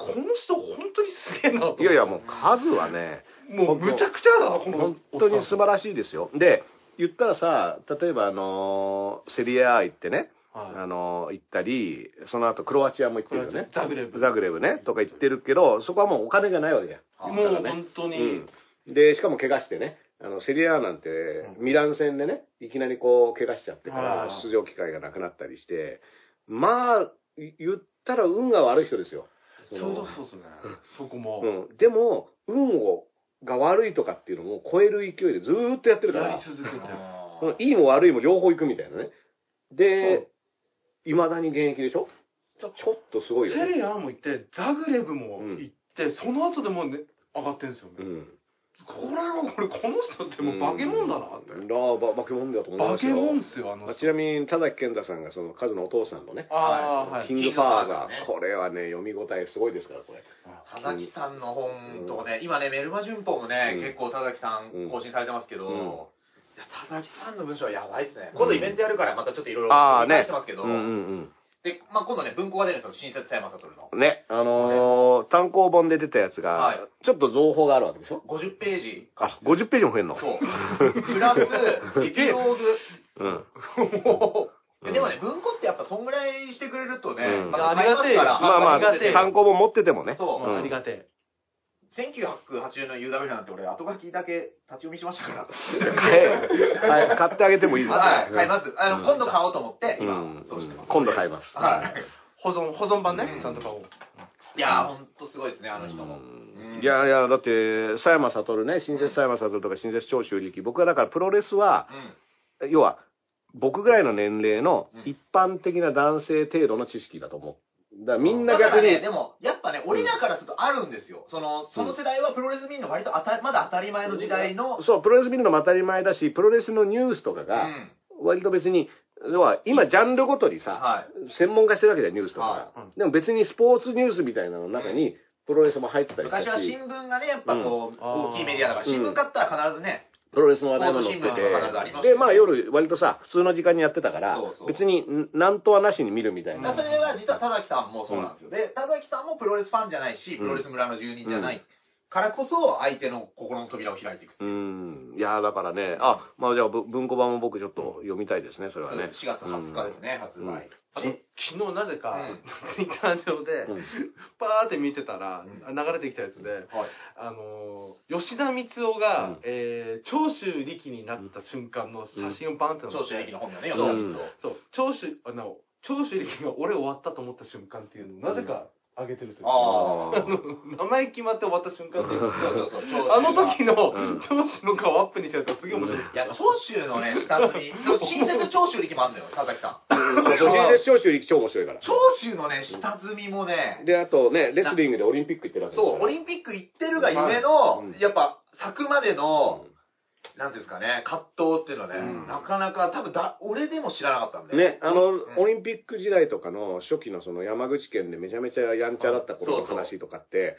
S4: この人本当にすげえなと思って
S3: いやいや、もう数はね、
S4: もうむちゃくちゃだな、この
S3: 本当に素
S4: ら
S3: 晴らしいですよ。で、言ったらさ、例えばあのーセリア行ってね、あのー行ったり、その後クロアチアも行ってるよね。
S4: ザグレブ。
S3: ザグレブね、とか行ってるけど、そこはもうお金じゃないわけや。
S2: あ
S4: もう
S3: ね
S4: 本当に、
S3: うんで、しかも怪我してね、あのセリアなんて、ミラン戦でね、いきなりこう、怪我しちゃってから
S4: あ、ー
S3: 出場機会がなくなったりして、まあ、い言ったら運が悪い人ですよ。
S4: ちょうどそうですね、そこも。
S3: うん、でも、運をが悪いとかっていうのを超える勢いでずーっとやってるか
S4: や
S3: ら
S4: り、続けてる。
S3: そのいいも悪いも両方行くみたいなね。で、いまだに現役でしょちょっとすごいよ
S4: セ
S3: ね。
S4: リアも行って、ザグレブも行って、その後でもう、ね、上がってるんですよね。
S3: うん。
S4: これは、これ、この人ってもう化け物だなって。
S3: うん。ああ、ば化け物だと思いま
S4: 化
S3: す
S4: け
S3: よ。
S4: 物っすよ、あの
S3: まあ
S4: 人。
S3: ちなみに、田崎健太さんがそのカズのお父さんのね、
S4: ああー、はい。
S3: キングファーザー、
S2: キングファーザーね
S3: これはね、読み応えすごいですから、これ。
S2: 田崎さんの本とかね、今ね、メルマ旬報もね、
S3: うん
S2: 結構田崎さん更新されてますけど、
S3: うん
S2: いや田崎さんの文章はやばいですね。今度イベントやるから、またちょっといろいろ
S3: ああね
S2: してますけど、
S3: ん
S2: で、まあ今度ね、文庫が出るんですよ、新設さやまさとるの。
S3: ん。ね、あのー単行本で出たやつ
S2: は
S3: が
S2: い、
S3: ちょっと情報があるわけでしょ
S2: 50ページ。
S3: あ、50ページも増えんの *laughs*
S2: そう。プラス、エピローグ。
S3: うん。
S4: も
S3: うん
S2: でもね、文庫ってやっぱそんぐらいしてくれるとね、
S3: うん
S2: また買ますか
S4: いや
S2: ら
S4: あ
S3: まあま
S4: ありがてえ
S3: あ、単行本持っててもね。
S2: そう
S4: う、
S3: ん
S4: ありがて
S2: 1980の UW なんて俺、後書きだけ立ち読みしましたから。
S3: 買え、買え買ってあげてもいいですよね
S2: はい、買います。あの、
S3: うん
S2: 今度買おうと思って、今、
S3: うん
S2: そうしてます。
S3: 今度買います。
S2: はい。
S4: え。保存、保存版ね
S3: うん、
S4: ちゃんと買おう。
S2: いやー、ほんとすごいですね、あの人も。
S3: うんいやいや、だって、佐山悟ね、新設佐山悟とか新設長州力、僕はだからプロレスは、
S2: う
S3: 要は、僕ぐらいの年齢の
S2: うん
S3: 一般的な男性程度の知識だと思う。だからみん
S2: ん。
S3: な
S2: だか
S3: 逆
S2: ら
S3: に、
S2: ね、でも、やっぱね、俺らからするとあるんですよ。その、その世代はプロレス民の割とあた、まだ当たり前の時代の、
S3: そう、プロレス見るのも当たり前だし、プロレスのニュースとか
S2: う
S3: が、
S2: ん。
S3: 割と別に、要は、今、ジャンルごとにさ、
S2: はい。
S3: 専門化してるわけじゃん、ニュースとかが、
S2: はい
S4: うん
S3: でも別にスポーツニュースみたいなの中に、プロレスも入ってたりした
S2: 昔は
S3: し
S2: 新、聞がね、やっぱこう、
S4: うんあー
S2: 大きいメディアだから、
S3: うん
S2: 新聞買ったら必ずね、
S3: プロレスの話題も載
S2: ス
S3: って
S2: ポーツ新聞とかなんかあります
S3: て、
S2: よね
S3: で、まあ夜、割とさ、普通の時間にやってたから
S2: そうそ、う
S3: 別に、んなんとはなしに見るみたい
S2: だ
S3: な。
S2: からそれは実は田崎さんもそうなんですよ。で、田崎さんもプロレスファンじゃないし、プロレス村の住人じゃないからこそ、相手の心の扉を開いていく。
S3: うん。いやーだからね、あ、まあじゃあ、ぶ文庫版も僕ちょっと読みたいですね、それはね。
S2: 4月20日ですね、発売。
S4: あの昨日なぜか
S2: うん、
S4: ツイッター上で
S3: うん、
S4: パーって見てたら、
S2: う
S4: 流れてきたやつで、
S2: はい。
S4: あのー、吉田光夫
S3: う
S4: が
S3: ん、
S4: えー長州力になった瞬間の写真をバンって載
S2: 長
S4: せ
S2: 州力
S4: て、
S2: の本名ね、
S4: そう
S2: 吉田光
S4: そう、長州、あの、長州力が俺終わったと思った瞬間っていうのを、なぜか上げてるんですよ。
S2: 夫。ああ。
S4: あ
S2: *laughs*
S4: の名前決まって終わった瞬間っていうのを
S2: そうそうそう長州が
S4: あの時の
S3: うん
S4: 上司の顔アップにしたやつがすげえ面白い。
S2: いや、長州のね、下積み、新設の長州力もあるんだよ、田崎さん。
S3: そう新設長州力超面白いから。
S2: 長州のね、下積みもね、
S3: で、あとね、レスリングでオリンピック行ってるわけですか
S2: そう、
S3: ら
S2: オリンピック行ってるが夢の
S3: うん、
S2: やっぱ、咲くまでの、なんていうんですかね、葛藤っていうのはね、
S3: うん
S2: なかなか、多分だ、俺でも知らなかったんで。
S3: ね、あの、
S2: ん
S3: オリンピック時代とかの初期のその山口県でめちゃめちゃやんちゃだった頃の話とかって、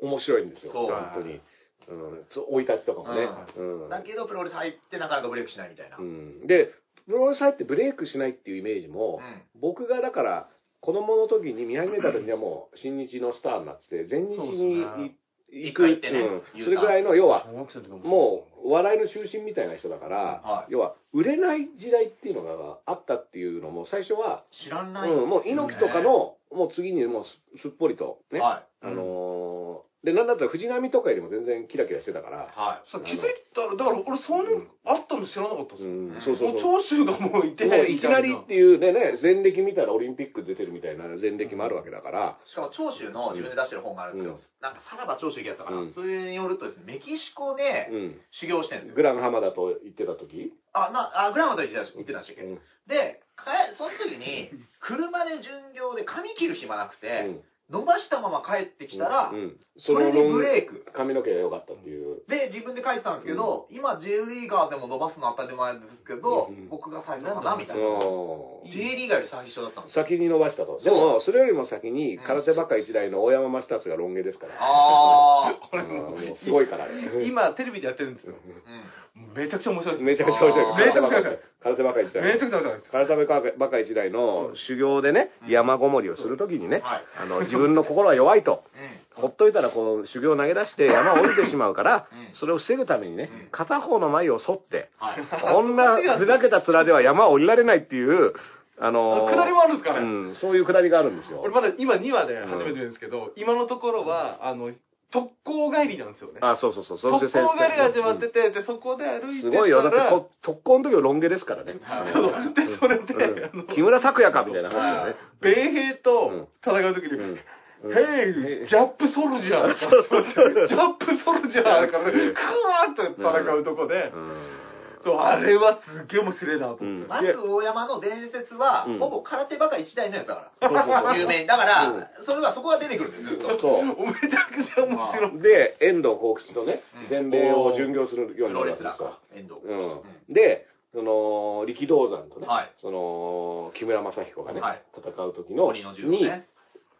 S3: 面白いんですよ、
S2: そう
S3: 本当に。うん、そう生い立ちとかもね。うん
S2: だけど、プロレス入ってなかなかブレイクしないみたいな。
S3: う
S2: うん。
S3: んで、プロレス入ってブレイクしないっていうイメージも、僕がだから、子供の時に見始めた時にはもう、新日のスターになってて、全日に
S4: そうですね
S3: い行
S2: 一
S3: く、
S2: 回行ってね
S3: うん、それぐらいの、要は、
S4: 小学生の時面白い
S3: もう、笑いの中心みたいな人だから、
S2: はい
S3: 要は、売れない時代っていうのがあったっていうのも、最初は、
S2: 知らない、
S3: うん、もう猪木とか、の、もう次にもうすすっぽりと、ね、
S2: は
S3: あのーで、なんだったら藤波とかよりも全然キラキラしてたから、
S2: は
S4: さ気づいたら、だから俺、そんなあったの知らなかったです
S3: う
S4: よ。
S3: ん
S2: ん、
S3: そうそうそう。
S4: もう長州がもういて、
S3: もういきなり
S4: み
S3: ったていうね、ね、前歴見たらオリンピック出てるみたいな前歴もあるわけだから、
S2: い。しかも、長州の自分で出してる本があるんですよ。
S3: うん
S2: なんか、さらば長州行きだったかな。
S3: うん
S2: それによるとですね、メキシコで
S3: うん。
S2: 修行してるんですよ。
S3: グラン浜田と行ってた時
S2: あ、な、あ、グラマと行ってたし行ってたんでしたっけ、
S3: うん
S2: で、かえその時に、車で巡業で髪切る暇なく
S3: う
S2: て、
S3: ん
S2: 伸ばしたまま帰ってきたら、
S3: うん
S2: そ
S3: その
S2: れで
S3: 論
S2: ブレイク。
S3: 髪の毛が良かったっていう。
S2: で、自分で書いてたんですけど、今 J リーガーでも伸ばすの当たり前ですけど、
S3: うん
S2: 僕が最初かなみた
S3: う
S2: いな。
S3: ん
S2: J リーガーより最初だったんですよ。
S3: 先に伸ばしたと。でも、それよりも先に、空手ばっか一代の大山正達がロン毛ですから。
S2: ああ。
S3: うんもうすごいからね。
S4: いな *laughs* 今、テレビでやってるんです
S3: *laughs*
S4: よ。
S2: う
S4: めちゃくちゃ面白いです。
S3: めちゃくちゃ面白いから。
S4: めちゃくちゃ面白い
S3: 空手ばっか一代。
S4: めちゃくちゃ面白いです。
S3: 体ばかり時代の修行でね、
S2: うん
S3: 山ごもりをするときにね、
S2: はい
S3: あの、自分の心は弱いと、
S2: ん。うん。
S3: ほっといたらこう、修行を投げ出して山を降りてしまうから
S2: うん、
S3: それを防ぐためにね
S2: うん、
S3: 片方の眉を剃って、
S2: はい。
S3: こんなふざけた面では山を降りられないっていう、あのー、
S4: 下りもあるんですかね、
S3: うん、そういうくだりがあるんですよ
S4: 俺。まだ今2話で初めて見るんですけど、今のところは、あの、特攻帰りなんですよね。
S3: あ、そうそうそう、そ
S4: 特攻
S3: れで
S4: 帰りが始まってて、で、そこで歩いてたら、
S3: すごいよ。だってこ、特攻の時はロン毛ですからね。
S4: そうで、それで、あ
S3: うん
S4: の、
S3: 木村拓哉かみたいな話だよね。
S4: 米兵と戦う時に、
S3: うん
S4: ヘイ、ジャップソルジャー、ジャップソルジャーだから、クワーって戦うとこで、そう、あれはすっげえ面白いなと思って。
S3: うん
S2: まず大山の伝説は、
S3: うん
S2: ほぼ空手ばかり一代のやつだか
S3: そうそうそ
S2: ら。
S3: う
S2: 有名。だから、
S3: うん
S2: それはそこが出てくるんですよ、ずっと。
S3: そう。
S4: めちゃくちゃ面白い。
S3: で、遠藤幸吉とね
S2: うん、
S3: 全米を巡業するよう
S2: プ
S3: に
S2: ロレ
S3: なるわ
S2: ス
S3: け
S2: ラ
S3: で
S2: ー
S3: すよ
S2: か。遠藤。
S3: うん。で、その、力道山とね
S2: はい、
S3: その、木村正彦がね
S2: はい、
S3: 戦う時の、
S2: 鬼の柔道
S3: に、
S2: ね。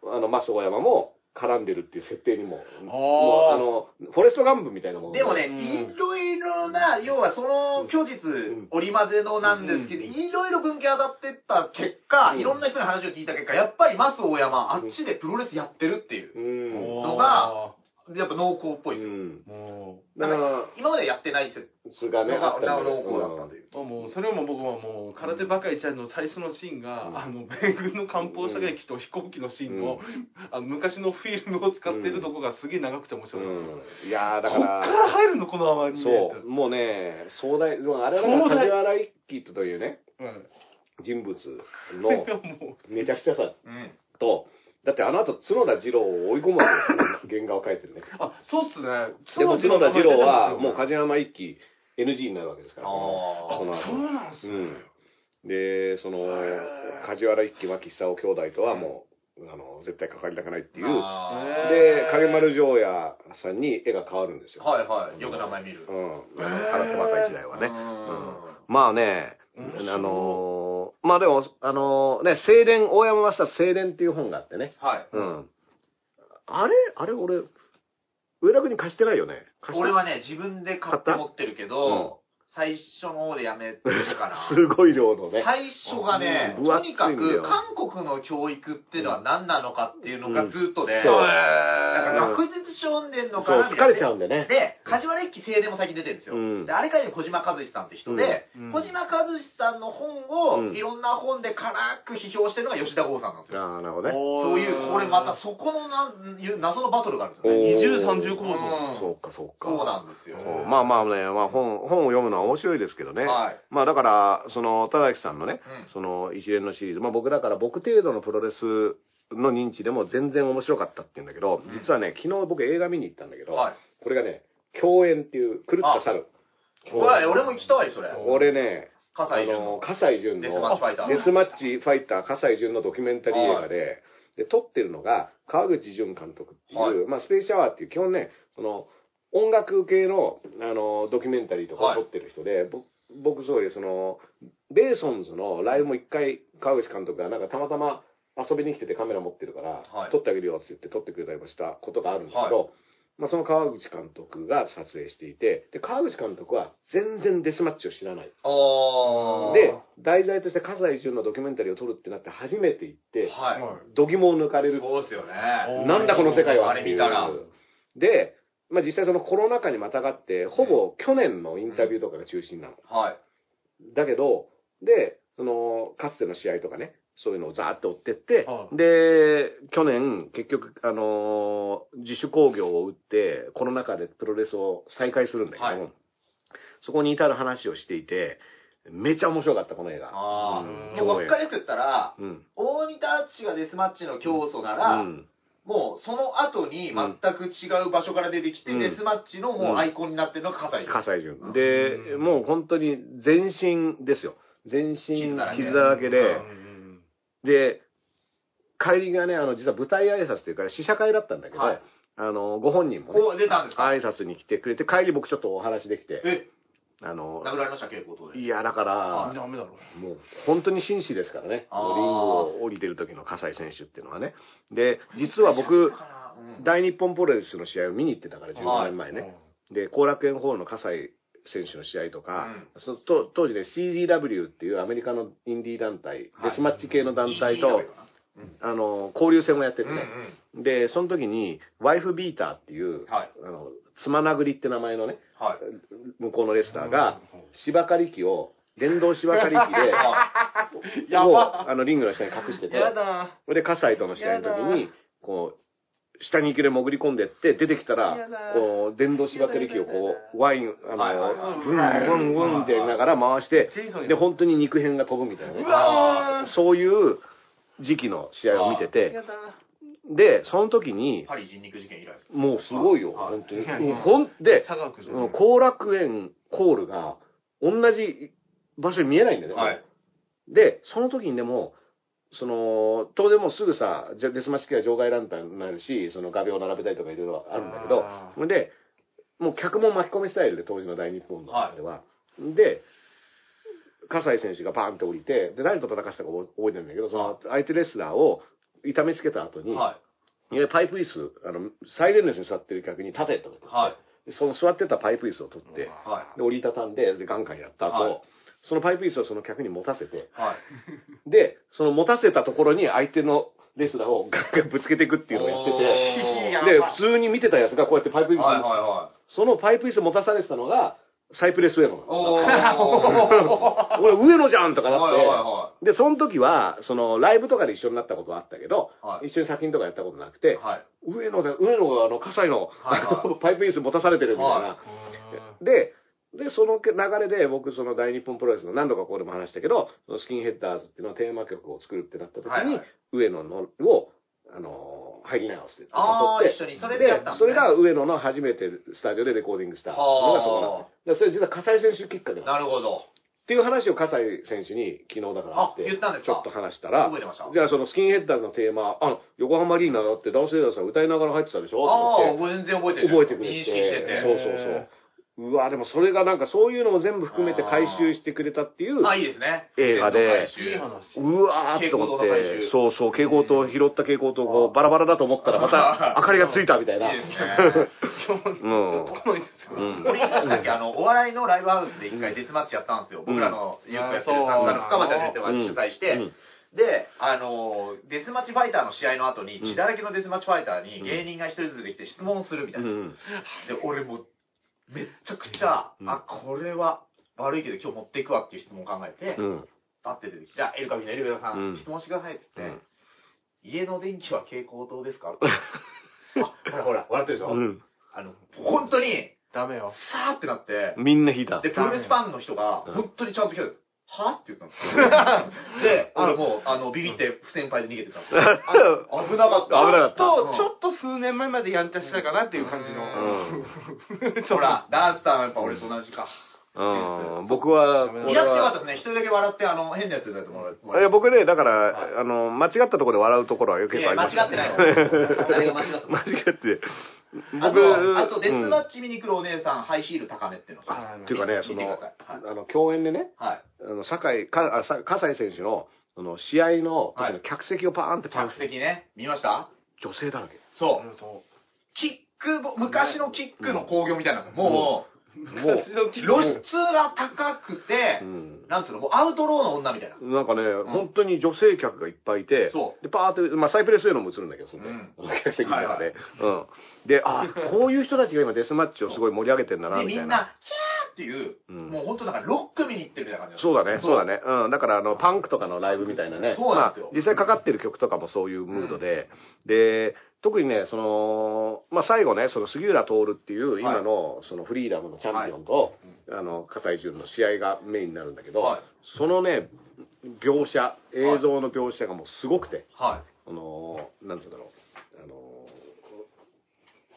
S3: あの、松尾山も絡んでるっていう設定にも、
S4: ー
S3: もうあの、フォレストガンプみたいなもの
S2: でもね、
S4: うん
S2: いろいろな、要はその虚実
S3: ん
S2: 織り交ぜのなんですけど、
S4: うん
S2: いろいろ文献当たってった結果、
S3: うん
S2: いろんな人に話を聞いた結果、やっぱりマス大山、あっちでプロレスやってるっていう
S3: う、ん。
S2: のがやっぱ濃厚っぽ
S3: う
S2: いですよ。
S3: ん。
S4: も
S3: だから、
S2: 今までやってない説
S3: 素がね、
S2: の
S3: あ
S2: が
S3: ったんだ
S2: 濃
S3: よ
S2: 厚だったという。
S4: う、もう、それも僕はもう、空手ばかりちゃんの最初のシーンが、
S3: うん
S4: あの、米軍の艦砲射撃と飛行機のシーンの、あの昔のフィルムを使ってるとこがすげえ長くて面
S3: う
S4: 白い。
S3: ん。いやー、だ
S4: こ
S3: か
S4: っから
S3: ら、
S4: 入るの、この泡に、
S3: そう、もうね、壮大、でもあれはだから
S4: 壮大
S3: 梶原一騎というね、
S4: う。うん。
S3: 人物
S4: *laughs* い
S3: の
S4: やも
S3: めちゃくちゃさ
S2: うん。
S3: と、だってあの後、角田二郎を追い込むわけですよ、原画を描いてるね。
S4: うあ、そうっすね。
S3: でも角田二郎は、もう
S4: じ、
S3: 梶山一騎 NG になるわけですから、
S2: あー
S3: その
S4: あ、そ
S3: 後
S4: うなんすね。
S3: うん、で、その、梶原一騎は喫茶を兄弟とはもう、あの、絶対かかりたくないっていう。
S2: あー
S3: で、影丸城也さんに絵が変わるんですよ。
S2: はいはい。よく名前見る。
S3: うん。あの、空手ばかり時代はね。
S2: う
S3: うんん。まあね、
S4: 面白い
S3: あのーまあでも、あのーね、青伝、大山マスター青伝っていう本があってね。
S2: はい。
S3: うん。あれあれ俺、上田君に貸してないよね。貸した。
S2: 俺はね、自分で買って持ってるけど、最初の方でやめてるから
S3: *laughs* すごい量のね。
S2: 最初がね、
S3: うん
S2: とにか
S3: 分厚いん
S2: く
S3: だよ
S2: 韓国の教育っていうのは何なのかっていうのが
S3: うん
S2: ずっとで、
S3: そう
S2: なんか
S3: うん
S2: 学術少年の
S3: そ
S2: 絡
S3: う、
S2: み
S3: 疲れちゃ
S2: う。
S3: うんでね。
S2: で、梶原一騎青年も先に出てるんですよ。
S3: うん
S2: で、あれから小島和志さんって人で、
S4: うん
S2: 小島和志さんの本を、
S3: うん
S2: いろんな本で辛く批評してるのが吉田剛さんなんですよ。
S3: ああ、なるほどね。
S2: そういう、これまたそこのなんいう謎のバトルがあるんですよね。
S4: 二重
S3: おー
S4: 三重構造
S2: うん
S3: そうか、そうか。
S2: そうなんですよ。
S3: うんまあまあね、まあ本、本を読むのは面白いですけどね。
S2: はい
S3: まあだから、その、田崎さんのね、
S2: うん
S3: その一連のシリーズ、まあ僕だから僕程度のプロレスの認知でも全然面白かったって言うんだけど、実はね、昨日僕映画見に行ったんだけど、
S2: はい
S3: これがね、共演っていう、狂った猿。
S2: これ俺も行きたい、それ。
S3: 俺ね、
S2: 葛西
S3: あ
S2: 潤
S3: の
S2: の。
S3: 葛西潤の
S2: デスマッチファイター
S3: デスマッチファイター葛西潤のドキュメンタリー映画で、で、撮ってるのが川口潤監督っていう、
S2: はい
S3: まあスペースシャワーっていう基本ね、その音楽系のあのドキュメンタリーとかを撮ってる人で、ぼ僕そういうその、ベーソンズのライブも一回川口監督がなんかたまたま遊びに来ててカメラ持ってるから、
S2: はい
S3: 撮ってあげるよって言って撮ってくれたりもしたことがあるんですけど、
S2: は
S3: まあ、その川口監督が撮影していて、で、川口監督は全然デスマッチを知らない。
S2: あー
S3: で、題材として葛西潤のドキュメンタリーを撮るってなって初めて行って、
S2: は
S3: 度肝を抜かれ
S2: い。
S3: る。
S2: そうですよね。
S4: お
S3: なんだこの世界は
S2: あ
S3: っ
S2: れ
S3: てい
S2: 見
S3: う
S2: たら。
S3: で、まあ、実際そのコロナ禍にまたがって、ほぼ去年のインタビューとかが中心なの。
S2: はい。
S3: だけど、で、その、かつての試合とかね、そういうのをザーって追ってって、
S4: はい
S3: で、去年、結局、あのー自主興行を打って、コロナ禍でプロレスを再開するんだけども、
S2: はい
S3: そこに至る話をしていて、めちゃ面白かった、この映画。
S2: あ
S4: うん
S2: あ。でも分かりやすく言ったら、
S3: うん。
S2: 大仁田淳がデスマッチの教祖な
S3: う
S2: ら、
S3: ん。
S2: もうその後に全く違う場所から出てきて、
S3: うん
S2: デスマッチのもうアイコンになってるのが葛西です。
S3: 葛西潤。で、もう本当に全身ですよ。全身
S2: 傷だらけ
S3: 傷だらけで、
S4: うん
S3: で、帰りがね、あの、実は舞台挨拶というか、試写会だったんだけど、
S2: はい
S3: あの、ご本人もね、
S2: こう出たんですか、
S3: 挨拶に来てくれて、帰り僕ちょっとお話できて、
S2: え、
S3: あの、
S2: 殴られましたっけ、こうで。
S3: いや、だから、
S2: は
S4: ダメだろ。
S3: もう本当に紳士ですからね、リン
S2: あー
S3: グを降りてる時の葛西選手っていうのはね。で、実は僕、
S2: うん
S3: 大日本プロレスの試合を見に行ってたから、15年前ね。で、後楽園ホールの葛西選手の試合とか、そと当時ね、CGW っていうアメリカのインディー団体、
S2: はい
S3: デスマッチ系の団体と、
S2: CCW か
S3: あの、交流戦をやってて
S2: なうんう
S3: ね。
S2: ん
S3: で、その時に、ワイフビーターっていう、
S2: はい
S3: あの、つまなぐりって名前のね、
S2: はい。
S3: 向こうのレスラーが、芝刈り機を、電動芝刈り機で、
S4: *laughs* や
S3: もう
S4: ば
S3: あの、リングの下に隠してて、
S4: やだ。
S3: それで、葛西との試合の時に、こう、下にいきなり潜り込んでって、出てきたら
S4: やだ、
S3: こう、電動芝刈り機をこう、ワイン、あ
S2: はいはいはい
S3: の、ブンブンブンってやりながら回して
S4: ジェイソン、や
S3: で、本当に肉片が飛ぶみたいなね
S4: う。わー
S3: そういう時期の試合を見てて
S4: や、だ。
S3: で、その時に、
S2: パリ人肉事件以来です。
S3: もうすごいよ、
S2: はい
S3: 本当に。
S4: はい
S3: うんほんで、
S4: 佐賀君じゃ
S3: う
S4: なんい
S3: 後楽園コールが、同じ場所に見えないんだよね。
S2: はい
S3: で、その時にでも、その、当然もうすぐさ、じゃデスマッチ系は場外ランタンになるし、その画鋲を並べたりとかいろいろあるんだけど
S4: あー、
S3: ほんで、もう客も巻き込みスタイルで、当時の大日本の中では。で、葛西選手がバーンって降りて、で、誰と戦ったか覚えてるんだけど、その相手レスラーを痛めつけた後に、
S2: はい
S3: やパイプ椅子、あの、最前列に座ってる客に立てとか言って、
S2: い。はい。
S3: でその座ってたパイプ椅子を取って、
S2: はい。
S3: で、折りたたんで、で、ガンガンやった後、
S2: はい
S3: そのパイプ椅子をその客に持たせて、
S2: はい。
S3: で、その持たせたところに相手のレスラーをガンガンぶつけていくっていうのをやってて、
S4: て
S2: お
S4: て
S2: ー
S4: おー
S3: で、普通に見てたやつがこうやってパイプ椅子、
S2: はいはいはい。
S3: そのパイプ椅子持たされてたのが、サイプレスウェーブなの。
S2: おー。
S3: *laughs* 俺、上野じゃんとかなって、
S2: はいはいは
S3: で、その時は、その、ライブとかで一緒になったことはあったけど、
S2: はい
S3: 一緒に作品とかやったことなくて、
S2: はい。
S3: 上野が、上野が、あの、葛西の、
S2: はいは
S3: *laughs* パイプ椅子持たされてるみたいな、
S2: はい
S3: で、で、その流れで僕、その大日本プロレスの何度かここでも話したけど、そのスキンヘッダーズっていうのをテーマ曲を作るってなった時に、
S2: はいはい
S3: 上野のを、あのー入り直すって
S2: あー
S3: 誘って、
S2: 一緒にそれでやったんですね
S3: それが上野の初めてスタジオでレコーディングしたのがそこなんです。でそれ実は葛西選手きっかけなんです
S2: なるほど。
S3: っていう話を葛西選手に昨日だから
S2: あ言ったんです
S3: ち
S2: か
S3: ょっと話したら、
S2: 覚えてました
S3: じゃあそのスキンヘッダーズのテーマ、あの、横浜アリーナだってダウスレーダーさん歌いながら入ってたでしょ
S2: あ
S3: と思
S2: あ
S3: って
S2: ー、全然覚えてる。
S3: 覚えてくれて。
S2: 認識してて。
S3: そうそうそう。うわ、でもそれがなんかそういうのも全部含めて回収してくれたっていう、
S2: あ、いいですね。
S3: 映画で
S2: 自然の回収
S3: うわーっと思
S2: 蛍光灯の
S3: っ
S2: 回
S3: て
S2: 収、
S3: そうそう、蛍光灯、拾った蛍光灯をバラバラだと思ったらま *laughs* た明かりがついたみたいな。
S2: いいですね。
S3: うん。
S4: こいです
S3: う
S4: よ。
S3: ん。
S2: 俺言いましたっけあの、お笑いのライブハウスで一回デスマッチやったんですよ。僕らのよくやってる参加の深町先生が主催して、
S3: うん
S2: で、あの、デスマッチファイターの試合の後に、血だらけのデスマッチファイターに
S3: うん
S2: 芸人が一人ずつできて質問するみた
S3: う
S2: いな。で、
S3: ん。
S2: 俺もう、めっちゃくちゃ、
S3: うん
S2: あ、これは悪いけど今日持っていくわっていう質問を考えて、
S3: う
S2: 立
S3: ん。
S2: って出てきて、じゃあ、エルカビのエルベダさん、
S3: うん
S2: 質問してくださいって言って、
S3: うん
S2: 家の電気は蛍光灯ですかあ、ほらほら、笑ってるでしょ、
S3: うん。
S2: あの、本当に、
S4: ダメよ。
S2: さーってなって、
S3: みんな引いた
S2: で、。プロレスファンの人が、
S3: うん
S2: 本当にちゃんと来たよはって言ったんですよ。で、
S4: うん
S2: 俺もう、あの、ビビって不先輩で逃げてたんですよ。あ危なかった。
S3: 危なかった
S2: う
S4: と、
S2: ん
S4: ちょっと数年前までやんちゃしてたかなっていう感じ *laughs* の。
S2: ほら、ダンスターはやっぱ俺と同じか。
S3: うん。僕は、こ
S2: い
S3: れ
S2: なくてよかっ
S3: は
S2: たですね。一人だけ笑って、あの、変なやつになってもらう。
S3: いや、僕ね、だから、
S2: はい
S3: あの、間違ったところで笑うところはよく
S2: いや
S3: あり
S2: 間違
S3: ますよ
S2: ってないわ。誰が間違って
S3: 間
S2: ない。
S3: 違って。
S2: あと、あとデス
S3: うん
S2: マッチ見に来るお姉さん、ハイヒール高めっていうのさ。
S3: っていうかね、そ
S2: 見てく
S3: の
S2: ださい、
S3: あの、共演でね、
S2: はい。
S3: あの、酒井、か、あ、さ葛西選手の、その、試合の、
S2: はい
S3: あの客席をパーンってパン
S2: 客席ね。見ました
S3: 女性
S2: *laughs*
S3: だらけ。
S2: そう。
S4: そ
S2: キックボ、昔のキックの興行みたいなんですよ。も
S4: う。
S3: もう、
S2: う、露出が高くて
S3: う、ん。
S2: なんつうの、もうアウトローの女みたいな。
S3: なんかね、本当に女性客がいっぱいいて
S2: そ、
S3: で、パーって、まあ、サイプレスウェイのも映るんだけど、その
S2: うん
S3: 客席の中
S2: はい
S3: で。うん。で、あ、こういう人たちが今デスマッチをすごい盛り上げてんだな、
S2: で、
S3: み
S2: み
S3: たい
S2: ん
S3: な。
S2: な、っていう、
S3: うん
S2: もう本当なんかロック見に行ってるみたいな感じ
S3: そうだね、そうだ
S2: ね。
S3: ね。うん。だから、あの、パンクとかのライブみたいなね。
S2: そうなんですよ
S3: まあ実際かかってる曲とかもそういうムードで、で、特にね、その、まあ、最後ね、その杉浦徹っていう、今の、そのフリーダムのチャンピオンと、あの、葛西潤の試合がメインになるんだけど、
S2: はい
S3: そのね、描写、映像の描写がもうすごくて、
S2: は
S3: あのー、なんつうんだろう、あの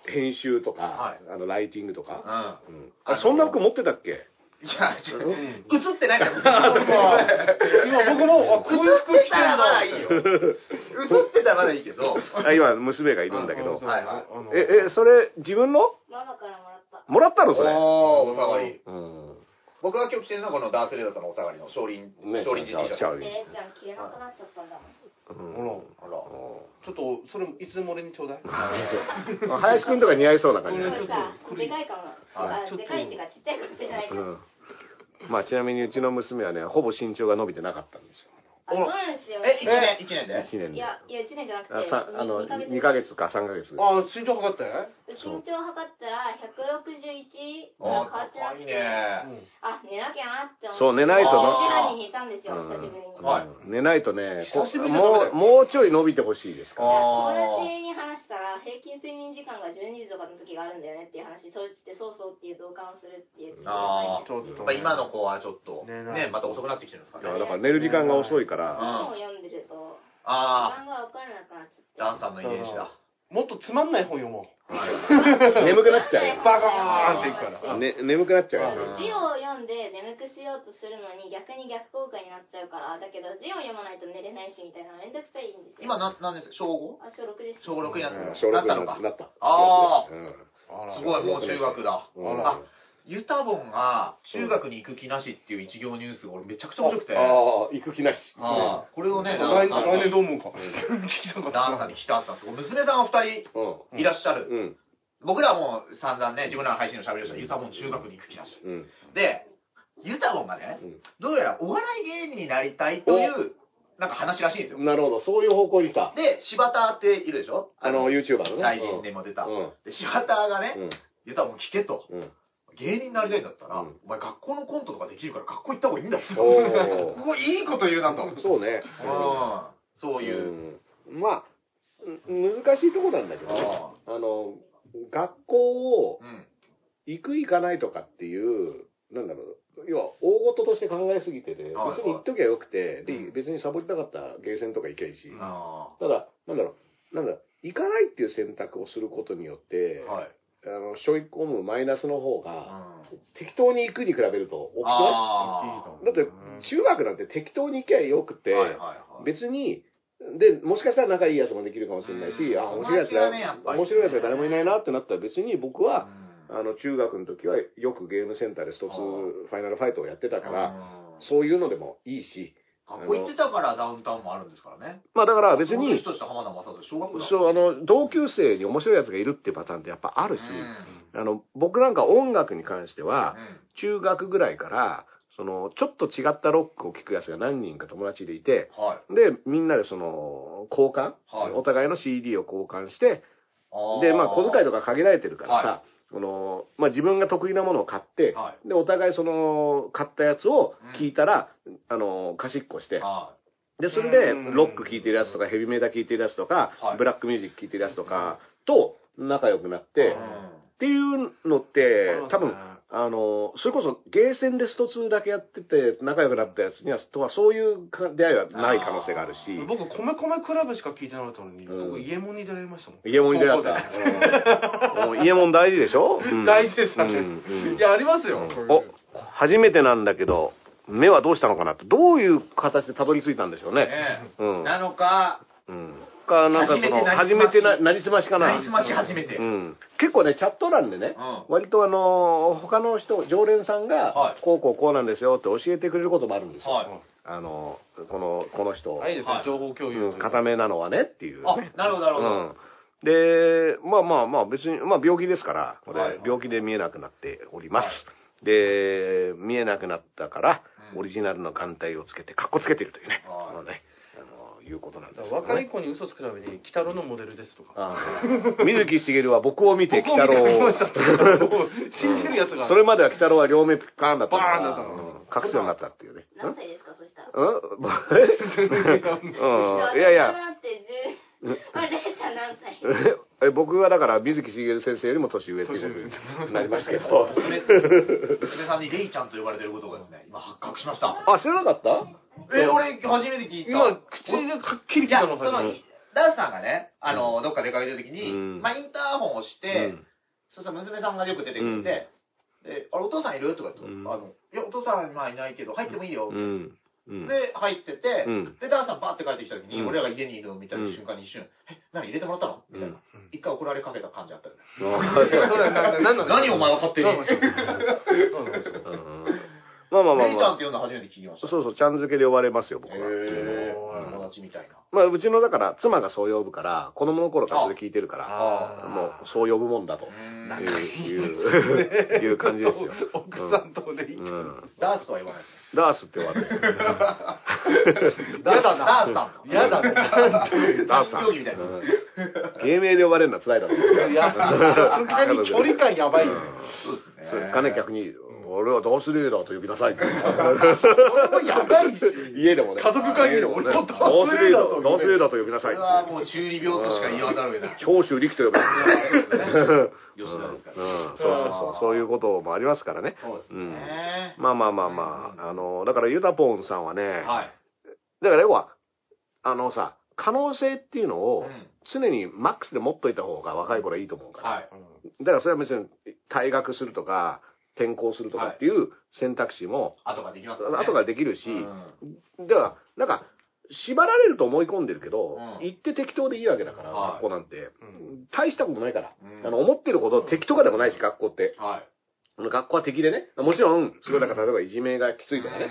S3: ー、編集とか、
S2: は
S3: あの、ライティングとか、
S2: い。うん。
S3: うん。
S2: あの
S3: あ、
S2: ー
S3: そんな服持ってたっけ
S2: いや、ちょっと、映ってないから、
S3: *laughs*
S2: 僕も
S4: 今僕も、あ、こういう服
S2: 映って
S4: 着て
S2: たら
S4: ん
S2: まだ
S4: だ
S2: いいよ。映ってたらまだいいけど、
S3: *laughs* あ今、娘がいるんだけど、
S2: はいはい
S3: え、え、それ、自分の
S5: ママからもらった。
S3: もらったのそれ。
S2: おーお下がり。
S3: うん。
S2: 僕が今日着てるのはこのダースレーダーさんのお下がりの少林、
S3: ね
S2: 少林寺 T シ
S3: ちゃ
S2: ャツ。
S3: う
S5: で、えーちゃん消えなくなっちゃったんだもん。
S3: うん
S4: ほ
S2: あら。
S4: ら、ちょっと、それもいつでも俺にちょうだい。
S3: あ林くんとか似合いそうな感じ
S5: こ
S3: だ
S5: れ
S3: ね。
S5: さ、でかいかも。
S2: は
S5: あ、でかいっていうか、ちっちゃいかもしれないか
S3: う
S5: ら。
S3: ん。まあ、ちなみにうちの娘はね、ほぼ身長が伸びてなかったんですよ。
S5: あ、そうなんですよ。
S2: え、1年、一年で
S3: 1年
S5: い
S3: で。
S5: や、いや、1年じゃなく
S3: あ
S5: て、
S3: さあの、
S5: 2ヶ月。
S3: 2ヶ月か3ヶ月で。
S4: あ、身長測って。
S5: 身長測ったら、161
S2: あ
S5: が変わってな
S2: ー、
S5: く
S2: いい
S5: て、
S2: ね。
S5: あ、寝なきゃなって思って。
S3: そう寝ないと
S2: な
S5: 1時半に寝たんですよ、久しぶりに。
S3: うん
S5: 友
S2: はい
S3: 寝ないとね、こ
S4: 久しぶりに食べ
S3: も
S4: たよ
S3: う、もうちょい伸びてほしいですから。
S2: あ
S5: 達に話したら、平均睡眠時間が12時とかの時があるんだよねっていう話、そうして、そうそうっていう同感をするっていう。
S2: あー
S4: ちょっ
S2: や
S4: と。
S2: っぱ今の子はちょっと、
S4: ねえな
S2: ね、また遅くなってきてるんですか
S3: いや
S2: ね。
S3: だから寝る時間が遅いから、
S5: 本を読んでると、時
S2: あ
S5: 間が分からなくなっち
S2: ー、ダンさんの遺伝子だ。
S4: もっとつまんない本読も
S3: 眠くなっちゃ
S5: ゃ
S3: う
S5: う。
S4: バカーンっていくから
S3: よ。ね、眠くなっちゃう
S5: そ
S3: よ。
S5: う字を読んで眠くしようとするのに逆に逆効果になっちゃうからだけど字を読まないと寝れないしみたいなめんどくさいんですよ
S2: 今、な、なんです小 5?
S5: あ小6です
S2: 小6になっ
S3: うん
S2: た
S3: 小
S2: なっ
S3: 6
S2: たのか
S3: に。なった。
S2: あー
S3: うん
S4: あら
S2: すごい、もう中学だ。
S3: うん
S2: あ、ユタボンが中学に行く気なしっていう一行ニュースが俺めちゃくちゃ面白くて。
S3: ああ、行く気なし。
S2: あーこれをね、ダ
S4: 来
S2: ン
S4: 年
S2: さん
S4: 来年
S2: に、
S4: どう思うか。聞きたかった。
S2: ダンさんにしたったんですよ娘さんが2
S3: う
S2: 人
S3: ん。
S2: いらっしゃる。
S3: うん。
S2: 僕らはもう散々ね、自分らの配信の喋りをしたらユタボン中学に行く気なし。
S3: うん。
S2: で、ユタボンがね
S3: うん、
S2: どうやらお笑い芸人になりたいという、なんか話らしいんですよ。
S3: なるほど、そういう方向にさ、
S2: で、柴田っているでしょ
S3: あの、YouTuber のね。
S2: 大臣でも出た。
S3: うん。
S2: で、柴田がね、
S3: うん。
S2: ユタボン聞けと。
S3: うん。
S2: 芸人になりたいんだったら、
S3: うん
S2: お前学校のコントとかできるから学校行った方がいいんだよ。
S3: お
S2: *laughs* もういいこと言うなと。うん
S3: ー。そうね。
S2: そういう。
S3: うん。まあ、ん難しいとこなんだけどね、
S2: あ
S3: あの、学校を
S2: うん。
S3: 行く行かないとかっていう、なんだろう、要は大事として考えすぎてて、別
S2: はい
S3: に行っときゃよくて、
S2: う
S3: で
S2: ん、
S3: 別にサボりたかったらゲーセンとか行けばいいし、
S2: あ
S3: ただ、なんだろう、なんだろう、行かないっていう選択をすることによって
S2: あ。、はい。
S3: あの、背負い込むマイナスの方が、
S2: うん
S3: 適当に行くに比べると大きくな
S2: あ
S3: いだって、中学なんて適当に行きゃよく
S2: ー
S3: て、
S2: はいはいはい。
S3: 別に、で、もしかしたら仲いいやつもできるかもしれないし、
S2: うん
S3: あ、面白いやつだ、
S2: 友達がねやっぱり
S3: 面白いやつが誰もいないなってなったら別に僕は、
S2: うん
S3: あの、中学の時はよくゲームセンターで一つフ
S2: あー
S3: ァイナルファイトをやってたから、
S2: うん
S3: そういうのでもいいし、
S2: 学校行ってたからダウンタウンもあるんですからね。
S3: まあだから別
S2: その
S3: に
S2: 人、として浜田雅人、小学校だ。
S3: そう、あの、同級生に面白いやつがいるっていうパターンってやっぱあるし、
S2: うん
S3: あの、僕なんか音楽に関しては、
S2: うん
S3: 中学ぐらいから、その、ちょっと違ったロックを聴くやつが何人か友達でいて、
S2: はい。
S3: で、みんなでその、交換、
S2: はい
S3: お互いの CD を交換して、
S2: あー
S3: で、まあ、小遣いとか限られてるからさ、
S2: は
S3: その、まあ、自分が得意なものを買って、
S2: は
S3: で、お互いその、買ったやつを聞いたら、あの、貸しっこして、
S2: は
S3: で、それで
S4: うん、
S3: ロック聴いてるやつとか、ヘビメーター聴いてるやつとか、
S2: はい
S3: ブラックミュージック聴いてるやつとか、と仲良くなって、
S2: い。う
S3: っ
S2: ん
S3: ていうのって、多分、
S4: あ
S3: あの、それこそ、ゲーセンでスト2だけやってて、仲良くなったやつには、とはそういうか出会いはない可能性があるし、
S4: ー僕、米米クラブしか聞いてなかったのに、
S3: うん
S4: 僕、家門に出会いましたもん。
S3: 家門に出会った。うん家門大事でしょ、うん
S4: *laughs* 大事でしたね
S3: うんうん
S4: いや、ありますよ。そういう
S3: お、初めてなんだけど、目はどうしたのかなって、どういう形でたどり着いたんでしょうね。
S2: ね
S3: う
S2: *laughs*
S3: ん。
S2: なのか、
S3: うん。か、なんかその、初
S2: 初
S3: め
S2: め
S3: て
S2: て
S3: な、
S2: な
S3: なりすましかな。
S2: なりすまし初めて。
S3: う
S2: うん
S3: ん。結構ね、チャット欄でね、割とあのー他の人、常連さんが、
S2: はい
S3: こうこうこうなんですよって教えてくれることもあるんですよ。
S2: はい。
S3: あのーこの、この人、
S4: あいいですね
S2: は、い
S4: 情報共有
S3: うん固めなのはねっていう、ね。
S2: あ、なるほど、なるほど。
S3: うん、で、まあまあまあ別に、まあ病気ですから、これ、
S2: はい
S3: 病気で見えなくなっております。
S2: は
S3: で、見えなくなったから、
S2: うん
S3: オリジナルの眼帯をつけて、かっこつけてるというね、
S2: はい
S3: あのねあのいうことなんですけどね
S4: 若い子に嘘つくために、鬼太郎のモデルですとか。
S3: ああ水木しげるは僕を見て、鬼太郎
S4: 僕を
S3: を
S4: 見て書きましたってもう信じるやつ
S3: *laughs*
S4: が。
S3: それまでは鬼太郎は両目ピカーンだったのが
S4: バーンだったの
S3: うん隠すようになったっていうね。
S5: 何歳ですかそしたら。
S3: うんうん *laughs* いやいや
S5: 私、だって十。
S3: *laughs*
S5: あれじゃん何歳？
S3: え僕はだから水木しげる先生よりも年上っていうことになりましたけど。
S2: 娘さんにレイちゃんと呼ばれてることがですね、今発覚しました。
S3: *laughs* あ、知らなかった
S2: え、俺、初めて聞いた。
S4: 今、口ではっきり
S2: い
S4: 来
S2: や、
S4: た
S2: そ
S4: の
S2: の、いダンスさんがね、あの、どっか出かけてるときに、
S3: うん
S2: まあ、インターホンを押し
S3: う
S2: て、
S3: ん
S2: そしたら娘さんがよく出てくれて、
S3: うん
S2: で、あれ、お父さんいるとか言って、
S3: うん
S2: あの、いや、お父さん今いないけど、入ってもいいよ。
S3: うん。うん。
S2: で、入ってて、
S3: うん
S2: で、ダンスさんバーって帰ってきたときに、
S3: うん
S2: 俺らが家にいるのを見た瞬間に一瞬、え、何入れてもらったのみたいな。一回怒られかけた感じあったよね。
S4: 何の
S2: 何お前は勝手に。レイち
S3: うんまあまあまあま
S2: ゃんっ
S3: あ。
S2: ていうの初めて聞きました。
S3: そうそう、ちゃん付けで呼ばれますよ、僕は。
S2: へ
S3: う
S2: ー
S3: ん
S2: 友達みたいな。
S3: まあ、うちのだから、妻がそう呼ぶから、子供の頃からそれ聞いてるから、
S4: あ
S3: もう、そう呼ぶもんだと。
S2: うん
S3: いう、いう、いう感じです *laughs* よ。
S4: 奥さんとレイち
S3: う
S4: ゃん。
S3: ん。
S2: ダースとは言わないです
S3: *laughs* ダースって言われる。
S2: ね。ダースさん、ダースさん。
S4: やだな。
S3: ダースさん。
S2: 競技みたいな
S3: うん芸名で呼ばれるのは辛いだろうな。
S4: いや、さすがに距
S3: *laughs*
S4: 離感やばいよね。
S2: そうです
S3: それかね、逆に、俺はダースレーダーと呼びな *laughs* さいって。
S4: それもやばいし。
S3: 家でもね。
S4: 家族会議で俺
S3: ダ
S4: と
S3: ー
S4: ダ
S3: ス
S4: ース
S3: レ
S4: レ
S3: ーダ
S4: ーダ
S3: ー
S4: ー
S3: と
S4: と
S3: ダースレーダーと呼びなさ
S2: そ
S3: いっ
S2: れ
S3: て。
S2: はもう中二病としか言わざるを得ない。
S3: 長州力と呼ばれ
S2: 吉田
S3: る。
S2: ですから。
S3: うん、そうそうそう、そういうこともありますからね。
S2: そうです
S3: うん
S2: ね。
S3: まあまあまあまあ、あの、だからユタポンさんはね、
S2: はい。
S3: だから要は、あのさ、可能性っていうの
S2: う
S3: を
S2: ん
S3: 常にマックスで持っといた方が若い頃はいいと思うから。
S2: はい。
S3: だからそれは別に退学するとか、転校するとかっていう選択肢も、
S2: 後ができますね。
S3: 後からできるし、
S2: うん
S3: だから、なんか、縛られると思い込んでるけど、
S2: うん
S3: 行って適当でいいわけだから、
S2: はい
S3: 学校なんて、
S4: うん
S3: 大したことないから、
S2: うん
S3: あの思ってるほど敵とかでもないし、学校って。
S2: はい。
S3: あの学校は敵でね、もちろん、すごいだから、例えばいじめがきついとかね、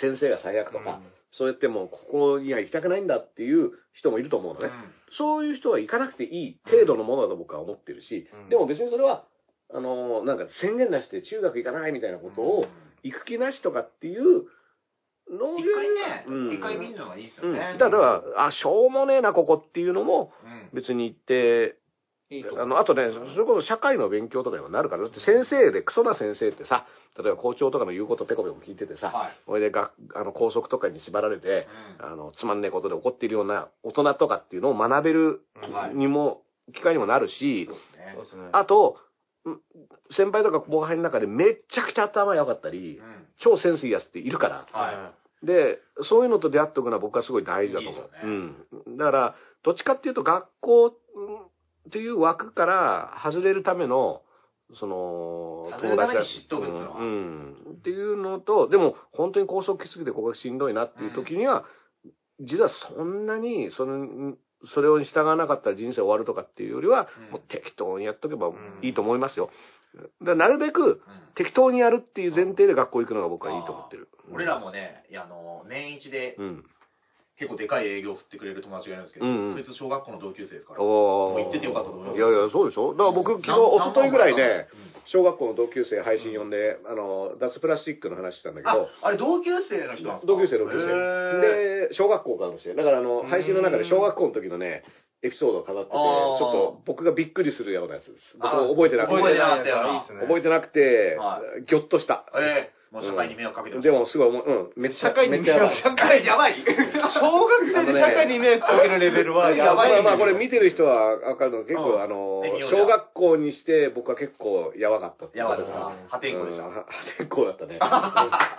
S3: 先生が最悪とか、そうやってもうここには行きたくないんだっていう人もいると思うの
S2: う
S3: ね。
S2: ん。
S3: そういう人は行かなくていい程度のものだと僕は思ってるし、
S4: うん
S3: でも別にそれは、あのーなんか宣言なしで中学行かないみたいなことを、行く気なしとかっていうの
S2: 一回
S3: うん
S2: ね、一回見るのがいいです
S3: う
S2: よ
S3: ん、
S2: ね
S3: だ。から、あ、しょうもねえな、ここっていうのも、
S2: うん
S3: 別に行って、
S4: いいと
S3: あの、あとね、それこそ社会の勉強とかにもなるから、だって先生で、クソな先生ってさ、例えば校長とかの言うことペコペコ聞いててさ、
S2: はい。
S3: それでがあの校則とかに縛られて、
S2: うん
S3: あの、つまんねえことで怒っているような大人とかっていうのを学べる
S2: はい
S3: にも、機会にもなるし
S2: そう、ですね
S4: そう。ですね。
S3: あと、うん先輩とか後輩の中でめっちゃくちゃ頭良かったり、
S2: うん
S3: 超センスいいやつっているから、
S2: は
S3: で、そういうのと出会っておくのは僕はすごい大事だと思う。
S2: いいですよ
S3: うん。だから、どっちかっていうと学校うんっていう枠から外れるための、その、
S2: 外れるために
S3: だ
S2: 知っとくっていうのは
S3: うん。うんっていうのと、でも本当に高速きすぎてここがしんどいなっていう時には、実はそんなに、その、それを従わなかったら人生終わるとかっていうよりは、
S2: うん
S3: もう適当にやっとけば
S4: ん
S3: いいと思いますよ。だからなるべく
S2: い。
S3: 適当にやるっていう前提で学校行くのが僕はいいと思ってる。
S2: うん俺らもね、いやあの、年一で
S3: うん。
S2: 結構でかい営業を振ってくれる友達がいるんですけど、
S3: うんう
S2: そい
S3: ん
S2: つ小学校の同級生ですから。
S3: お
S2: もう行っててよかったと思います
S3: やいや、そうでしょだから僕、昨日、
S2: 何
S3: おとといぐらい
S2: 何万も、らっ
S3: ね
S2: たの
S3: 小学校の同級生配信呼んで、あの、脱プラスチックの話したんだけ
S2: あ
S3: ど、、
S2: あれ同級生の人なんですか
S3: 同級生、同級
S2: へー
S3: 生。で、小学校からのして、だからあの、配信の中で小学校の時のね、エピソードを語っ
S2: あ
S3: てて、ち
S2: ー
S3: ょっと僕がびっくりするようなやつです。僕
S2: あ
S3: も覚えてなく
S2: 覚えて
S3: て、
S2: なかったよな
S3: 覚えてなくて
S2: は、
S3: ぎょっとした。
S2: ええもう社会に迷惑かけてます
S3: でも、すごい思う、うん、めっちゃ、
S4: 社会
S3: めっ
S4: に迷
S3: ちゃやばい。
S4: 惑社
S2: 社会 *laughs*
S4: 会や
S2: や
S4: ば
S2: ばい
S4: 小学生で社会に迷惑かけるレベルはや
S3: やば
S4: ば
S3: い、
S4: いよね。
S3: まあこれ見てる人は分かるの結構、
S2: うん
S3: あの
S2: え
S3: 小学校にして僕は結構やばかった
S2: やばい
S3: か
S2: ですな。破天荒でした。
S3: 破天荒だったね、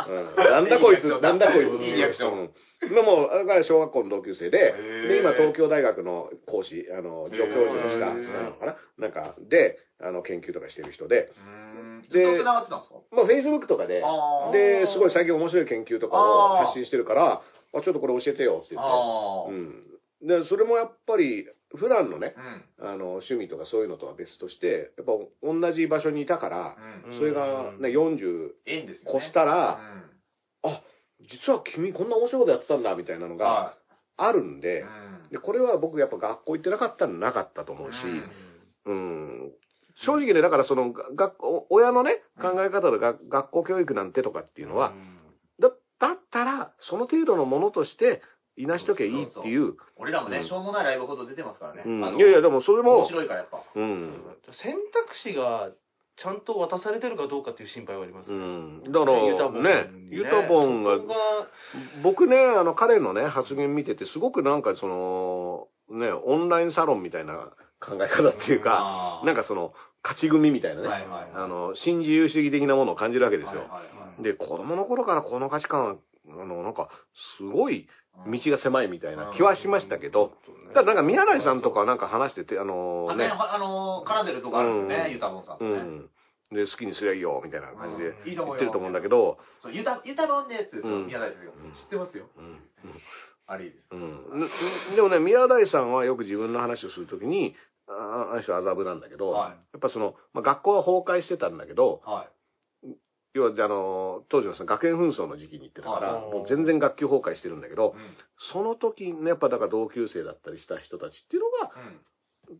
S3: うんなんだこい
S2: い
S3: つ
S2: いリアクション
S3: なんだこいつ
S2: いいリアクション
S3: うんでもだから小学校の同級生で
S2: へー
S3: で今東京大学の講師あの助教授にした
S2: へー
S3: なのかななんかであの研究とかしてる人で、
S2: *laughs* うん。ずっと
S3: で
S2: 繋がってたんですか
S3: まあ、フェイスブックとかで
S2: あー
S3: ですごい最近面白い研究とかを発信してるからあちょっとこれ教えてよって言って
S2: ああ。う。
S3: うんん、でそれもやっぱり普段のねあの趣味とかそういうのとは別としてやっぱ同じ場所にいたから、
S2: うん。
S4: ん
S3: それが、ね、40
S2: 縁ですよね。
S3: 越した
S2: う
S3: ら、
S2: ん。
S3: 実は君こんな面白いことやってたんだみたいなのが
S2: は
S3: あるん
S2: い。
S3: で,、
S2: うん
S3: でこれは僕やっぱ学校行ってなかったらなかったと思うし、
S2: うん
S3: うん正直ねだからそのが学お親のね考え方でが、学校教育なんてとかっていうのは、だだったらその程度のものとしていなしときゃいいっていう。
S2: 俺らもね、
S3: うん
S2: しょうもないライブほど出てますからね。
S3: うん
S2: あの
S3: いやいや、でもそれ
S2: 面
S3: も、
S2: 白いからやっぱ。
S3: うん。
S4: 選択肢がちゃんと渡されてるかどうかっていう心配はあります
S3: う
S4: ね。
S3: ん。だか
S4: ユタボンに
S3: ら、ね、ユタボンが
S4: そこが
S3: 僕ね、あの、彼のね、発言見てて、すごくなんかその、ね、オンラインサロンみたいな考え方っていうか、
S2: あー
S3: なんかその、勝ち組みたいなね、
S2: はいはいはい
S3: あの、新自由主義的なものを感じるわけです
S2: はい
S3: よ。
S2: はいはい
S3: で、子供の頃からこの価値観は、あの、なんか、すごい
S2: うん
S3: 道が狭いみたいな気はしましたけど、ただなんか宮内さんとかなんか話してて、あの
S2: あね
S3: ね、
S2: あの絡んでるとこあるんですよ
S3: う
S2: ね、
S3: ん
S2: ユタボンさんと
S3: う
S2: ね。
S3: ん。で、好きにすりゃいいよ、みたいな感じで
S2: いいと
S3: 言
S2: 思
S3: っ
S2: う
S3: て
S2: よ。
S3: ると思うんだけど、
S2: そうユタユタボンです。
S3: うん
S2: 宮台ですよ。知ってますよ。
S3: うん
S2: あれいいです。
S3: うん、でもね、宮台さんはよく自分の話をするときに、ああの人は麻布なんだけど、
S2: はい
S3: やっぱその、まあ、学校は崩壊してたんだけど、
S2: は
S3: 要は、あの、当時のその学園紛争の時期に行ってたから、
S4: はい
S3: もう全然学級崩壊してるんだけ
S2: い。
S3: ど
S2: う、ん
S3: その時ね、やっぱだから同級生だったりした人たちっていうのが、
S2: うん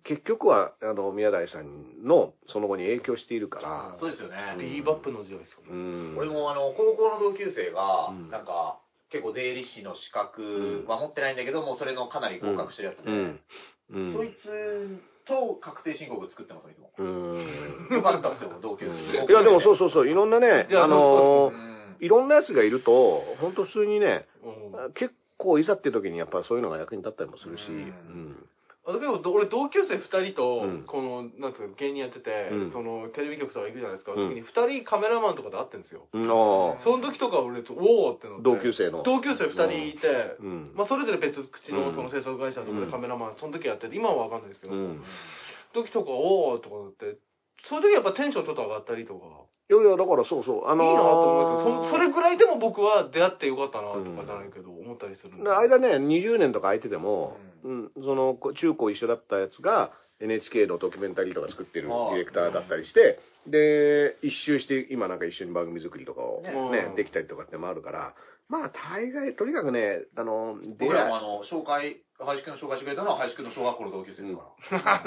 S3: 結局は、あの、宮台さんのその後に影響しているから、
S2: そうですよね。
S4: ビーバップの時代ですか
S3: う
S4: ね。
S3: ん。
S2: 俺もあの高校の同級生が、
S3: うん
S2: なんか結構税理士の資格は持ってないんだけど、もうそれのかなり合格してるやつで、
S3: うん。うん。
S2: そいつと確定申告作ってますいつも
S3: うん。
S2: よかったっすよ同級生
S3: いや、でもそう
S2: う
S3: そうそう、いろんなね、
S4: いや
S3: あの
S2: ん
S3: いろんなやつがいると、本当普通にね、
S4: うん
S3: 結構いざって時にやっぱそういうのが役に立ったりもするし、
S2: う
S3: うんん。
S4: あでもど俺同級生2人
S3: う
S4: と、
S3: ん
S4: このなんていうか芸人やってて、
S3: うん
S4: そのテレビ局とか行くじゃないですか、
S3: うん
S4: 時に2人カメラマンとかで会ってるんですよ、
S3: うんああ
S4: その時とか俺とおおっての
S3: 同級生の。
S4: 同級生2人いて、
S3: うん。
S4: まあ、それぞれ別口
S3: う
S4: の
S3: ん
S4: その制作会社とかでカメラマン、その時やってて今は分かんないですけど、
S3: うん。
S4: 時とかおおとかなってその時やっぱテンションちょっと上がったりとか、
S3: いやいや、だからそうそう、あのー
S4: いいなと思いますよそそれぐらいでも僕は出会ってよかったなとかじゃないけど、思ったりするんで
S3: 間ね、20年とか空いてても、
S2: う
S3: うん、その、こ中高一緒だったやつが、NHK のドキュメンタリーとか作ってるデ
S2: ああ
S3: ィレクターだったりして、で、一周して、今なんか一緒に番組作りとかをね、
S4: ね
S3: できたりとかってもあるから、まあ大概、とにかくね、あの、出
S2: 僕らも
S3: 会
S2: あの紹介林くんが紹介してくれたのは林くんの小学校の同級生ですから、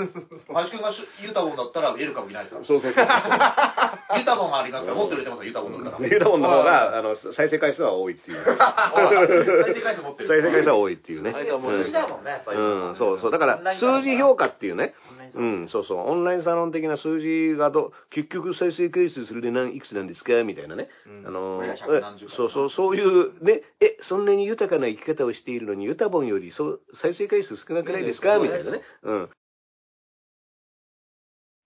S2: 林くんがしユタボンだったらウェルカムいないですか
S3: い、そうそうそう。
S2: らユタボンもありますからもっと売れてますよユタボンだったら
S3: ユダボンの方が、あの、再生回数は多いっ
S2: *laughs*
S3: ていう。
S2: 再生回数持って
S3: 再
S2: る
S3: 生回数は多いっていうね。
S4: 間も
S2: 数字だもんねやっぱり
S3: うん、そうそう。だから
S2: オンライ、ンサロン
S3: 数字評価っていうね。
S2: オンラインサ
S3: う
S2: ロン
S3: ん、そうそう。オンラインサロン的な数字がど、結局再生回数それで何、いくつなんですかみたいなね。
S4: うん
S3: あのー
S2: 俺ら100何十回
S3: そうそう、そういう、ね、え、そんなに豊かな生き方をしているのに、ユタボンよりそう再生回数少なくないですかみたいなね。うん。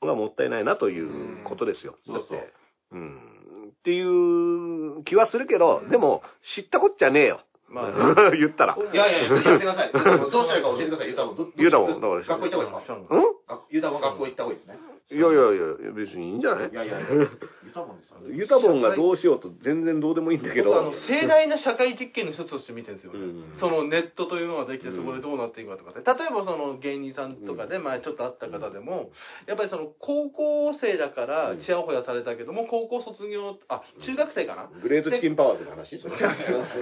S3: がもったいないなということですよ。
S2: うん
S3: だって
S2: そうそう
S3: うん。っていう気はするけど、でも、知ったこっちゃねえよ。
S4: まあ
S3: *laughs* 言ったら。
S2: いやいや、やってください。どうしたらいいか教えてください。ユタボン。ど
S3: ユタボン
S2: ど
S3: どうでしょ
S2: 学
S3: う
S2: 校行った方がいいですか
S3: うん
S2: 学ユタボン学校行った方がいいですね。
S3: いやいやいや、別にいいんじゃない
S2: いやいやいや、ユタボンですよね。
S3: ユタボンがどうしようと全然どうでもいいんだけ
S4: 僕あ
S3: ど
S4: の、盛大な社会実験の一つとして見てるんですよね、
S3: うん
S4: そのネットというのができてそこでどうなっていくかとかって例えばその芸人さんとかで前ちょっと会った方でも、やっぱりその高校生だからちやほやされたけども高校卒業あ中学生かな、
S3: グレートチキンパワーズの話それ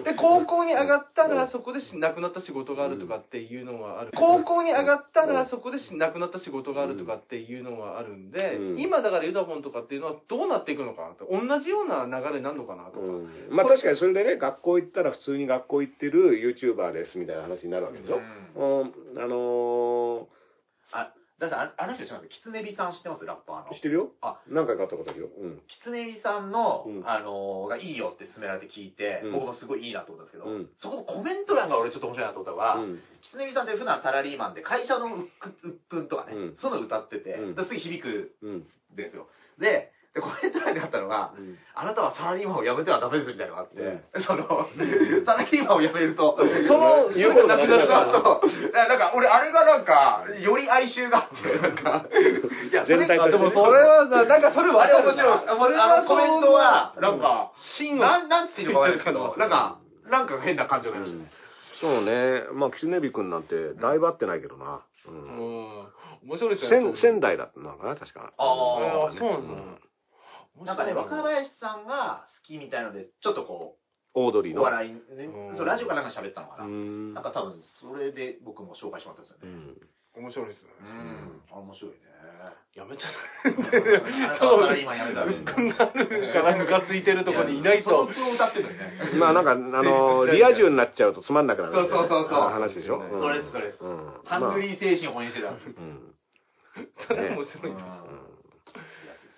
S4: で高校に上がったらそこでし亡くなった仕事があるとかっていうのがある高校に上がったらそこでし亡くなった仕事があるとかっていうのがあるんで、
S3: うん
S4: 今だからユダボンとかっていうのはどうなっていくのかなと同じような流れになるのかなとか、
S3: うんまあ確かにそれでね、学校行ったら普通に学校行ってる YouTuber ですみたいな話になるわけでしょ。うん、あの
S2: あ、だってああの人知ってますキツネリさん知ってますラッパーの
S3: ー、知っ。てるよ
S2: あ
S3: 何回か会ったことあるよ。うん。
S2: キツネリさんの
S3: う、ん
S2: あのー、がいいよって勧められて聞いて
S3: うん、
S2: 僕もすごいいいなと思ったんですけど
S3: うん、
S2: そこのコメント欄が俺ちょっと面白いなと思ったのが
S3: う、ん
S2: キツネリさんって普段サラリーマンで会社のうっくうっぷんとかね
S3: うん、
S2: そういうの歌ってて
S3: うん、
S2: だからすぐ響く
S3: うん。
S2: んですよ。で、でコメント欄にあったのが、あなたはサラリーマンを辞めてはダメですみたいなのがあって、
S3: うん
S2: その、サラリーマンを辞めると、そ
S4: の
S3: 言うことなくなるから
S2: そうそうなんか、俺、あれがなんか、より哀愁があって、なん
S3: *laughs*
S2: か、いや、それ
S3: 全体としてね
S2: でもそれは、
S4: はな、なんかそれ
S2: あれ面
S4: な
S2: 白い。あ
S4: それ
S2: の、あのコメントは、
S4: そんな
S2: なんか、
S4: 真の、
S2: なん、なんていうのかわかんないけ *laughs* ど、なんか、なんか変な感情がありましたね。
S3: そうね。まあ、キツネビ君なんて、だいぶ会ってないけどな。うん。
S4: うん、面白いですよね。
S3: 仙仙台だったのかな、確か。
S2: あ
S4: あーそうなんですね面白い
S2: なんかね、若林さんが好きみたいので、ちょっとこ
S3: オードリー
S2: う、
S3: の。
S2: お笑い、ね
S4: うん、
S2: そうラジオかなんか喋ったのか
S3: う
S2: な。
S3: ん
S2: なんか多分、それで僕も紹介してもらったんですよね。
S3: うん
S4: 面白いですね。
S2: うん。あ面白いね。
S4: やめちゃ
S2: そうだから今やめた
S4: う。なるからムカついてるとこにいないと。
S2: 相当歌ってるのにね。
S3: まあなんか、あ
S2: *laughs*
S3: の、リア充になっちゃうとつまんなくなるみたいな。
S2: そうそうそうそう
S3: 話でしょ。うん
S2: それです、それです
S3: う。ん。
S2: ハングリー精神を応援してた。
S3: まあうん。
S4: それ面
S2: う
S4: 白い
S2: ん。で
S4: な。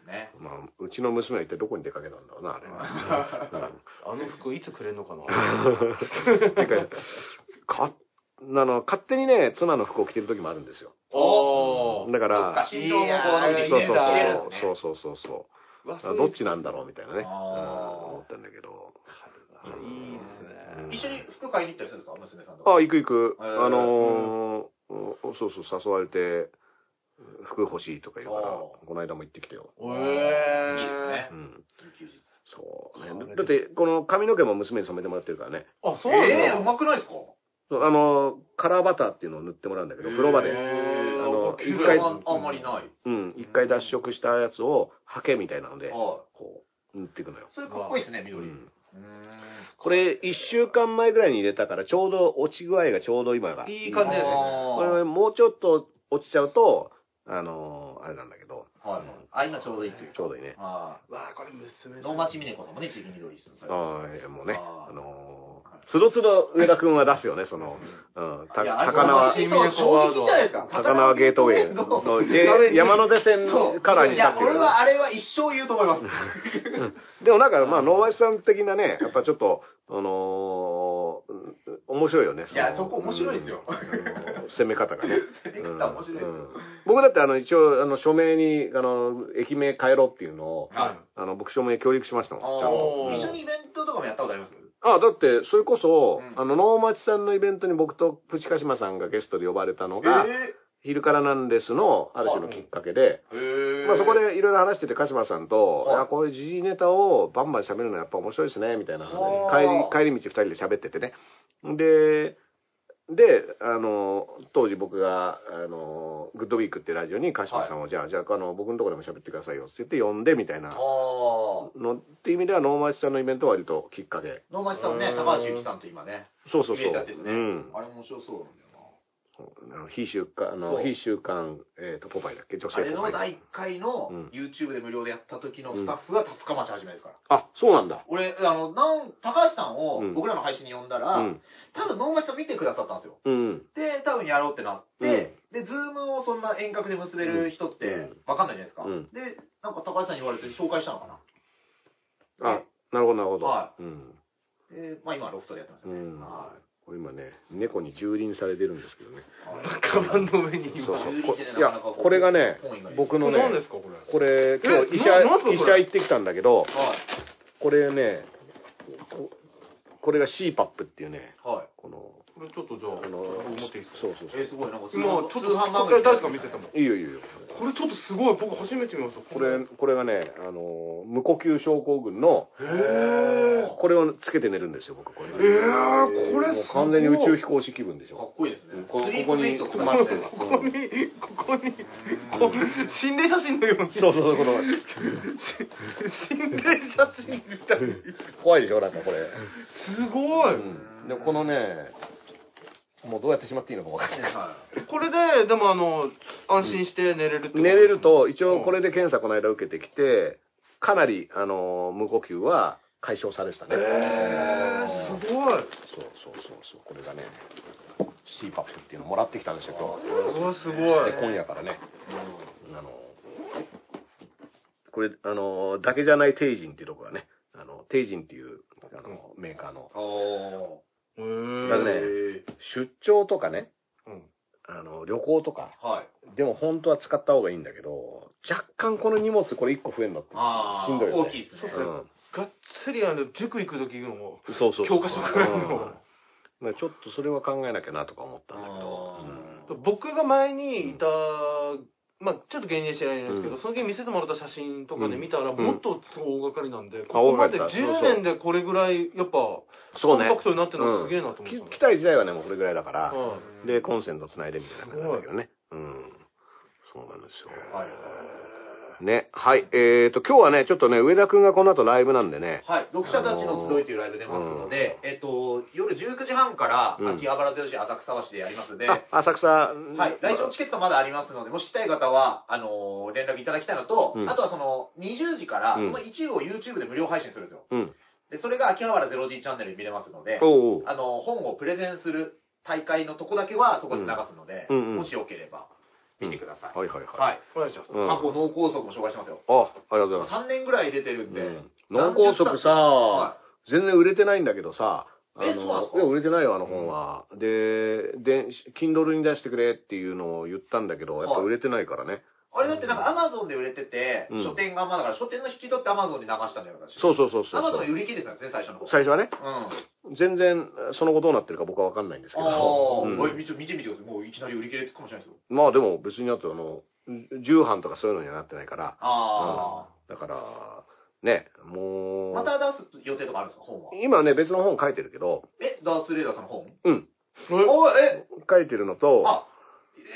S2: すね。
S3: まあ、うちの娘は一体どこに出かけたんだろうな、あれは。
S4: あの服いつくれんのかな
S2: *laughs*
S3: うん、てか、か、あの、勝手にね、妻の服を着てる時もあるんですよ。
S4: おー
S3: だか
S2: そっ
S3: ら
S2: か、身長もこう伸び
S3: そう
S2: て
S4: い
S2: き
S3: そう
S2: て
S4: い
S2: るん
S4: んだ
S2: ですね。
S3: そうそうそうそう。
S4: うわそ
S3: あ
S4: れ
S3: どっちなんだろうみたいなね、うん
S2: あー
S3: 思ったんだけど。
S4: いいですね。
S2: 一緒に服買いに行ったりするんですか娘さんとか。
S3: あ、行く行く。
S2: えー
S3: あのーうんそうそう、誘われて、服欲しいとか言うから、
S2: あ
S3: こ
S2: ー
S3: の間も行ってきてよ。
S4: お
S2: いいですね
S3: う。ん。
S2: 休日。
S3: そう、
S4: そうね
S3: ね。だって、この髪の毛も娘に染めてもらってるからね。
S4: あ、そうなんだ。
S2: ええ、うまくないですか
S3: そうあのー、カラーバターっていうのを塗ってもらうんだけど、風呂場
S4: へ
S3: で。
S4: ー
S3: あの
S4: 高級
S3: 一回
S4: だな
S2: あんまりない。
S3: うん。一回脱色したやつを、ハケみたいなので、
S2: は
S3: こう、塗っていくのよ
S2: い。。それかっこいいですね、
S3: う。
S2: 緑。うん
S3: これ、一週間前ぐらいに入れたから、ちょうど落ち具合がちょうど今が。
S4: いい感じですね
S3: これもうちょっと落ちちゃうと、あのーあれなんだけど、
S2: はい。あ、今ちょうどいいっていう。
S3: ちょうどいいね。
S2: あ
S4: わあ、これ娘
S2: あ。
S4: さ
S2: 能
S4: ん。
S2: 町みね子さんもね、一撃緑でする。
S3: ああ、いやもうね、
S2: あー
S3: あのーつどつど上田君は出すよね、その、うん、た
S2: いやあれ
S3: 高
S2: 能
S3: 輪、
S2: 町みね子ワード衝撃じゃないですか
S3: 高輪ゲートウェイ
S2: 高輪
S3: のの
S2: ゲ *laughs* ートウェイ
S3: J 山手
S2: そう
S3: 線カラーに
S2: い
S3: した
S2: や
S3: っ、ていう
S2: 俺はあれは一生言うと思い
S3: *laughs*
S2: ます。
S3: でもなんか、まあ、能町さん的なね、やっぱちょっと、あのーうん面白いよね。の
S2: いやそこ面白いですよ
S3: うんあの攻め方がね。
S2: *laughs* 攻め方面白いですよ
S3: うん僕だって、あの、一応、あの、署名に、あの、駅名変えろっていうのを、
S2: はい。
S3: あの、僕署名協力しましたもん、ちゃんと。
S4: おー
S2: 一緒にイベントとかもやったことあります
S3: あ、だって、それこそ、
S2: うん
S3: あの、能町さんのイベントに僕とプチカシマさんがゲストで呼ばれたのが、昼からなんですの、ある種のきっかけで、
S2: えー
S3: まあそこでいろいろ話してて、鹿島さんと、
S2: はい
S3: いや、こういう時事ネタをバンバン喋るのはやっぱ面白いですね、みたいな
S2: あー
S3: 帰り、帰り道二人で喋っててね。で、で、あの、当時僕が、あの、グッドウィークってラジオに鹿島さんを、じゃあ、じゃあ、あの、僕のところでも喋ってくださいよって言って呼んで、みたい
S2: あ
S3: な
S2: あ。
S3: のっていう意味では、能町さんのイベントは割ときっかけ。
S2: 能町さんもね、
S4: うん
S2: 高橋由紀さんと今ね、
S3: そうそう
S2: イ
S3: そ
S2: ベン
S3: う。
S2: トやってるんです
S3: う
S2: ね
S3: ん。。
S2: あれ面白そうなんだよな。
S3: あの非週刊、あ
S2: そ
S3: の、
S2: う
S3: 非週刊、えっ、と、ポパイだっけ女
S2: あれ
S3: 性ポ
S2: の
S3: パイ。
S2: 第1回の
S3: うん
S2: YouTube で無料でやった時のスタッフが立川町始めですから。
S3: あ、そうなんだ。
S2: 俺、あの、なん、高橋さんを
S3: うん
S2: 僕らの配信に呼んだ
S3: う
S2: ら、
S3: ん。
S2: 多分能町さん見てくださったんですよ。
S3: うん。
S2: で、多分やろうってなって、で、ズームをそんな遠隔で結べる人って
S3: うん
S2: わかんないじゃないですか。
S3: うん
S2: で、なんか高橋さんに言われて紹介したのかな。
S3: あ、なるほど、なるほど。
S2: は
S3: うん。
S2: で、まあ今はロフトでやってます
S3: う
S2: よね。
S3: ん
S2: は
S3: これ今ね、猫に蹂躙されてるんですけどね。
S2: い。
S4: カバンの上に
S3: そう
S4: 今。
S3: そう
S2: 蹂躙。
S3: こ
S2: じゃない
S3: いや、これがね
S2: 本意がいい、
S3: 僕の
S4: これ何で
S3: ね、
S4: すか、これ。
S3: これ、今
S4: え
S3: 日医者、
S4: ななんすかこれ
S3: 医者行ってきたんだけど、
S2: はい。
S3: これね、ここれが CPAP っていうね、
S2: はい。
S3: この、
S4: これちょっとじゃあ、
S3: あの、
S4: 持っていいですか
S3: そうそう
S2: え
S3: そう。
S2: ーすごい、なんか通販
S4: 今、ちょっと、
S2: 通販番
S4: こ
S2: 組
S4: れ誰か見せても。
S3: いいよいいよ。
S4: これちょっとすごい、僕初めて見ました。
S3: これ、これがね、あの、無呼吸症候群の、
S4: へー。
S3: これをつけて寝るんですよ、僕、これ。
S4: えーこれすごい
S3: もう完全に宇宙飛行士気分でし
S2: か
S3: ょ。
S2: っこいいですね。
S3: こ
S2: スリープメイト
S3: こ
S2: と
S3: こ
S2: か
S3: に
S2: ね
S3: 困ってる
S4: ここに、ここに、こう心霊写真のように。
S3: そうそう、この、
S4: *laughs* 心霊写真みたいに。
S3: 怖いでしょ、なんかこれ。
S4: すごい。
S3: でもこのね、もうどうやってしまっていいのか分かんない。
S2: はい
S4: これで、でもあの、安心して寝れるってこと
S3: 寝れると、一応これで検査この間受けてきて、かなり、あの、無呼吸は解消されてたね。
S4: えー、すごい。
S3: そうそうそうそう、これがね、CPAP っていうのもらってきたんですよ、今日。
S4: うわ、すごい
S3: で。今夜からね、あの、これ、あの、だけじゃないテイジンっていうとこがね、あの、テイジンっていう、あの、メーカーの、
S2: お
S4: へ
S3: だからね
S4: ー。
S3: 出張とかね、
S4: うん
S3: あの、旅行とか、
S2: ーはい。
S3: でも本当は使った方がいいんだけど、若干この荷物これ1個増えるのって、
S2: あ
S3: し
S2: ー
S3: んどいよ
S2: 大
S3: ね。
S2: きいです
S3: う
S2: ね。
S3: ん
S4: がっつりあの塾行く時の
S3: そうそうそう。
S4: 教科書くらいの
S3: うんちょっとそれは考えなきゃなとか思ったんだけど
S2: あ、ー
S4: 僕が前にいた、まあちょっと芸人知らないんですけど、
S3: うん
S4: その時見せてもらった写真とかで
S3: うん
S4: 見たら、
S3: うん
S4: もっとすごい大掛かりなんで、こ
S3: あ大
S4: こま
S3: 掛か
S4: で
S3: りだ
S4: 10
S3: そうそう
S4: 年でこれぐらいやっぱコ
S3: そ
S4: ン
S3: うね
S4: パクトになってるのすげえなと思って
S3: き
S4: たの、
S3: 機体自体はね、もうこれぐらいだから、
S4: は
S3: で、コンセントつないでみたいな感じなんだけどね。うん。そうなんですよ。
S2: はい
S3: ね。はい。えっ、と、今日はね、ちょっとね、上田くんがこの後ライブなんでね。
S2: はい、読者たちの集いというライブ出ますので、えっと、夜19時半から
S3: うん
S2: 秋葉原剛浅草橋でやりますので、
S3: あ、浅草。は
S2: はい、来場チケットまだありますので、もし来たい方は、あのー連絡いただきたいのと、
S3: うん
S2: あとはその、20時から、
S3: う
S2: そ
S3: ん
S2: の一部を YouTube で無料配信するんですよ。
S3: うん。
S2: で、それが秋葉原 0G チャンネルで見れますので、
S3: おうおう。
S2: あのー本をプレゼンする大会のとこだけは、そこで流すので、
S3: うんうんうん
S2: もしよければ、見てください。
S3: はいはいはい。
S2: はい。
S4: お願いします。
S3: うん
S2: 過去脳梗塞も紹介してますよ。
S3: あ、ありがとうございます。
S2: 3年ぐらい出てるんで、
S3: 脳梗塞さ、
S2: は
S3: 全然売れてないんだけどさ、あ
S2: えそうなんです
S3: の、
S2: か
S3: いや、売れてないよ、あの本は。で、で、Kindle に出してくれっていうのを言ったんだけど、やっぱ
S2: はい
S3: 売れてないからね。
S2: あれだってなんか Amazon で売れてて、
S3: うん
S2: 書店がまだから書店の引き取って Amazon に流したんだよ、私。
S3: そうそうそうそう。
S2: Amazon で売り切れてたんですね、最初の方。
S3: 最初はね、
S2: うん。
S3: 全然、その後どうなってるか僕はわかんないんですけど。
S2: あ
S3: うん
S2: ーおい見て見てみてください。もういきなり売り切れてるかもしれないですよ。
S3: まあでも別にあとあの、重版とかそういうのにはなってないから、
S2: あ
S3: だから、ね、も
S2: あ。ま
S3: う、
S2: た出す予定とかあるんですか、本は。
S3: 今ね、別の本書いてるけど、
S2: え、ダースレーダーさんの本
S3: うん、
S2: おえ、
S3: 書いてるのと、
S2: あ、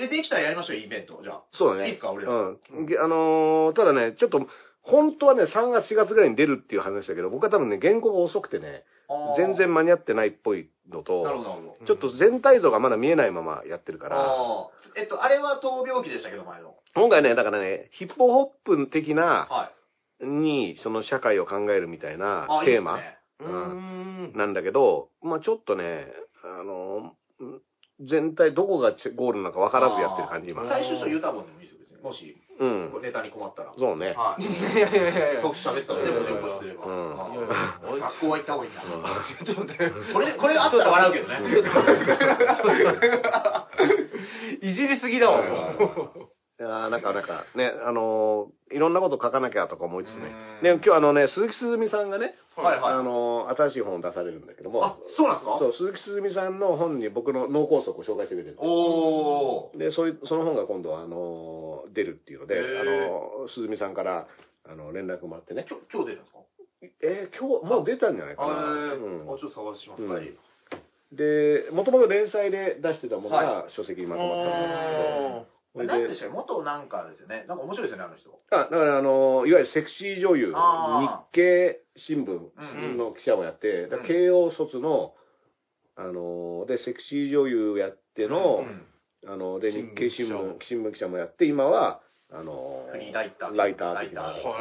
S2: え、できたらやりましょうよ、イベント。じゃあ。
S3: そうだね。
S2: いいっすか俺ら
S3: うん。げあのーただね、ちょっと、本当はね、3月、4月ぐらいに出るっていう話だけど、僕は多分ね、原稿が遅くてね、
S2: あー
S3: 全。然間に合ってないっぽい
S2: なる
S3: の
S2: ほ
S3: と、
S2: ど、なるほど。
S3: ちょっと全体像がまだ見えないままやってるから、
S2: ああ。えっと、あれは闘病記でしたけど、前の。
S3: 今回ね、だからね、ヒップホップ的な、
S2: はい。
S3: に、その社会を考えるみたいな
S2: あ
S3: テー
S2: い
S3: マ
S2: いですね
S4: うーん。
S3: なんだけど、まあちょっとね、あのーうん全体どこがちゴールなのか分からずやってる感じ、今。
S2: 最終章ユタボンでもいいですよ、別に。もし、
S3: うん。
S2: ネタに困ったら。
S3: そうね。
S2: はい。
S4: *laughs* いやいやいやいや。
S2: 即喋ってたらね、50分すれば。
S3: うん
S2: あ
S4: いやい
S2: ー
S4: や
S2: 学校は行った方がいいんだ。
S4: ちょっと待って。
S2: これ、これあったら笑うけどね。
S4: いじりすぎだわ。
S3: いやーなんか、なんか、ね、あのーいろんなこと書かなきゃとか思いつつね。
S2: う
S3: ね
S2: ん、
S3: 今日あのね、鈴木すずみさんがね、
S2: はいはい
S3: あのー新しい本を出されるんだけど
S2: あ
S3: も、、
S2: そうなんですか
S3: そう、鈴木すずみさんの本に僕の脳梗塞を紹介してくれてる。
S2: おー。
S3: で、そういう、その本が今度、あのー出るっていうので、
S2: へ
S3: あ
S2: ー
S3: のー、すずみさんから、あの、連絡もらってね。
S2: 今日、今日出るんですか
S3: えー今日、もう出たんじゃないか
S2: あ
S3: な。
S2: ー、
S3: う
S2: あ、ちょっと探します。
S3: うん
S2: はい。
S3: ん、で、もともと連載で出してたものが
S2: は
S3: 書籍にまとまったものなんだけど、
S4: あ
S3: それで
S2: 何でしたっけ元なんかですよね。なんか面白いですよね、あの人。
S3: あだから、あの、いわゆるセクシー女優、日
S2: あ
S3: 経新
S2: う
S3: 聞
S2: ん
S3: の記者をやって、だから慶応卒の、あの、で、セクシー女優やっての、
S2: ん
S3: あの、で、
S4: 新聞
S3: 日経新
S4: 記者
S3: 聞、新聞記者もやって、今は、あの、
S2: フリーライター
S3: ライター的な。
S2: ライター
S3: は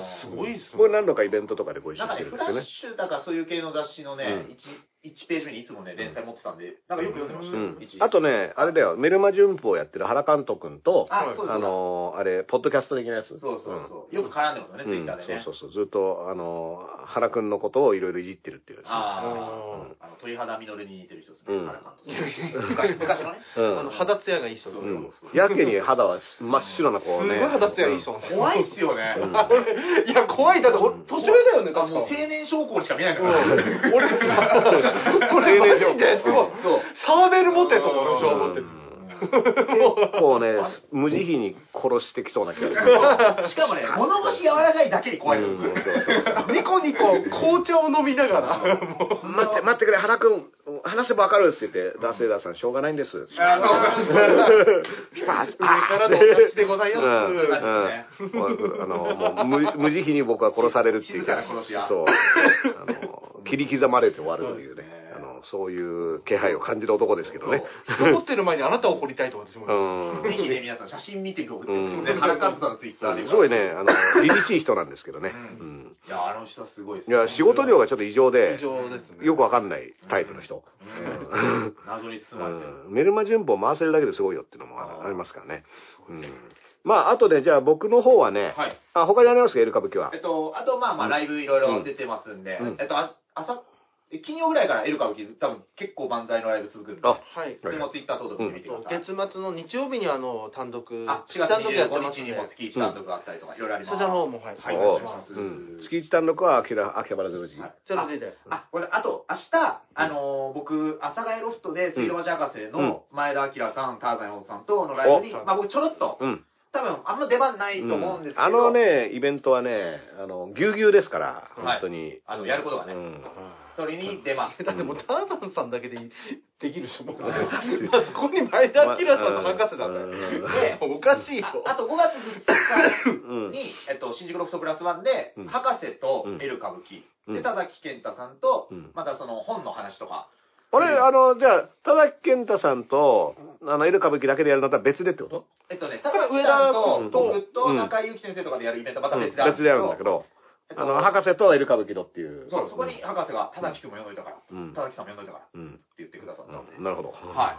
S4: あすごいっす
S3: いこれ何度かイベントとかでご一緒
S2: なんか
S3: し
S2: ね、
S3: てるん
S2: フ
S3: で
S2: ラッ
S3: すよね。
S2: シュだかそういう系の雑誌の
S3: う
S2: ね
S3: ん、
S2: 1、一ページ目にいつもね、連載持ってたんで、なんかよく読んでまし
S3: う
S2: たよ
S3: ん。
S2: 一
S3: あ、とね、あれだよ、メルマ順報やってる原監督君と、
S2: あ、そうです
S3: あの、あれ、ポッドキャスト的なやつ。
S2: そうですそうそうそう。よく絡んでますよね、ツイッターで
S3: うん
S2: ね
S3: そ。うそうそう。ずっと、あの、原くんのことをいろいろいじってるっていうやつ。
S2: あ
S4: あ
S2: あ、あの、鳥肌実に似てる人です
S3: う
S2: ね
S3: ん、
S2: 原監督。昔昔のね。
S3: う
S4: あの、
S3: ん。
S4: 肌ツヤがいい人。す
S3: う
S4: ご
S3: ん。やけに肌は真っ白な子をね。
S4: い肌ツヤがいい人。
S2: 怖いっすよね。
S3: うん
S4: あ俺いや、怖い。だって、俺年上だよね、
S2: なんかもう
S4: 確
S2: 青
S4: か。
S2: 年将校にしか見えないか
S4: う
S2: ら。
S4: ん俺、 *laughs* これマジですごい。サーベル持ってると思う、俺、
S3: う
S4: 情報持ってる。
S3: ん結構ね、無慈悲に殺してきそうな気
S4: *laughs*
S3: がする。
S2: しかもね、物腰柔らかいだけに怖いの
S3: うんそうそう
S4: ニコニコ紅茶を飲みながら、もう。
S3: 待って、待ってくれ、原くん、話せばわかるって言って、ダースエダーさん、しょうがないん
S4: *laughs*
S3: です。 *laughs*
S2: あそうそう
S3: ピパッ
S4: 上からのお達しでございます。
S3: うんうんあの、もう無無慈悲に僕は殺されるっていう
S2: 静かな殺し屋
S3: そう。あの、切り刻まれて終わるっていうね。あの、そういう気配を感じる男ですけどね。
S4: 怒ってる前にあなたを掘りたいと私も
S3: う
S4: 思い
S3: ん。
S2: ぜひね、皆さん写真見てくださ
S3: うん
S2: い。原監督さんのツイッターで。
S3: すごい。ね、あの、厳しい人なんですけどね。
S2: う
S3: うん。
S2: いや、あの人はすごいです
S3: い
S2: ね。
S3: や、仕事量がちょっと異常
S4: ま
S3: で、
S4: す。以上ですね。
S3: よくわかんないタイプの人。
S2: うん謎に包まれてる。
S3: うんメルマ順報回せるだけですごいよっていうのもあ
S2: あー
S3: ありますからね。うん。まあ、あとで、じゃあ僕の方はね、
S2: はい
S3: あ、他にありますか、エル歌舞伎は
S2: え。っと、あと、まあまあ、ライブいろいろ出てますんで
S3: うん、
S2: えっと、ああさ、金曜ぐらいからエルカウキ、多分結構万歳のライブ続くんで、
S3: あ
S4: はい。
S2: それもツイッター等々見てみてください
S4: 月。末の日曜日にあの、単独、
S2: あ、4
S4: 単独やって
S2: 月
S4: ま
S2: 25
S4: す
S2: 日
S4: ん
S2: に
S4: で
S2: も、月1単独があったりとか、いろいろありま
S4: そ
S2: す。
S4: ちらの方も、はい。
S2: はい、
S3: お
S2: お願
S3: う
S2: いします。
S3: うん月一単独は秋葉秋葉原ゼロ時。
S2: はい
S4: じゃあ、続いて。
S2: あ、これ、あと、明日、あのー僕、阿佐ヶ谷ロフトで、水道橋博士の前田明さん、ターザン山本さんとのライブに、
S4: お
S2: まあ僕、ちょろっと、
S3: うん。
S2: 多分、あんま出番ないと思うんですけど、
S3: あのね、イベントはね、あの、ぎゅうぎゅうですから、本当に。
S2: あの、やることが
S3: う
S2: ね、
S3: ん。
S2: それに出ます。
S4: だってもうターザンさんだけでいできるし、もう。まあそこに前田明さんと博士だ
S2: で
S4: ね。おかしいよ。
S2: ああと5月2
S3: うん
S2: 日に、えっと、新宿ロフトプラスワンで
S3: うん、
S2: 博士と
S3: うん
S2: エル歌舞伎、
S3: うん
S2: で、田崎健太さんと
S3: うん、
S2: またその本の話とか、
S3: あれ、あの、じゃあ、田崎健太さんと、あの、エル歌舞伎だけでやるのとは別でってこと
S2: えっとね、田崎さんと、
S3: これ上田
S2: 僕と
S3: うん
S2: 中井貴先生とかでやるイベントまた
S3: うん
S2: 別
S3: 別
S2: である
S3: でやるんだけど、
S2: えっと
S3: あの、博士とエル歌舞伎のっていう。
S2: そう、そこに博士が、田崎君も呼んどいたから、
S3: うん
S2: 田崎さんも呼んどいたから、って
S3: うん。
S2: 言ってくださったので、
S3: うんなるほど。
S2: はい。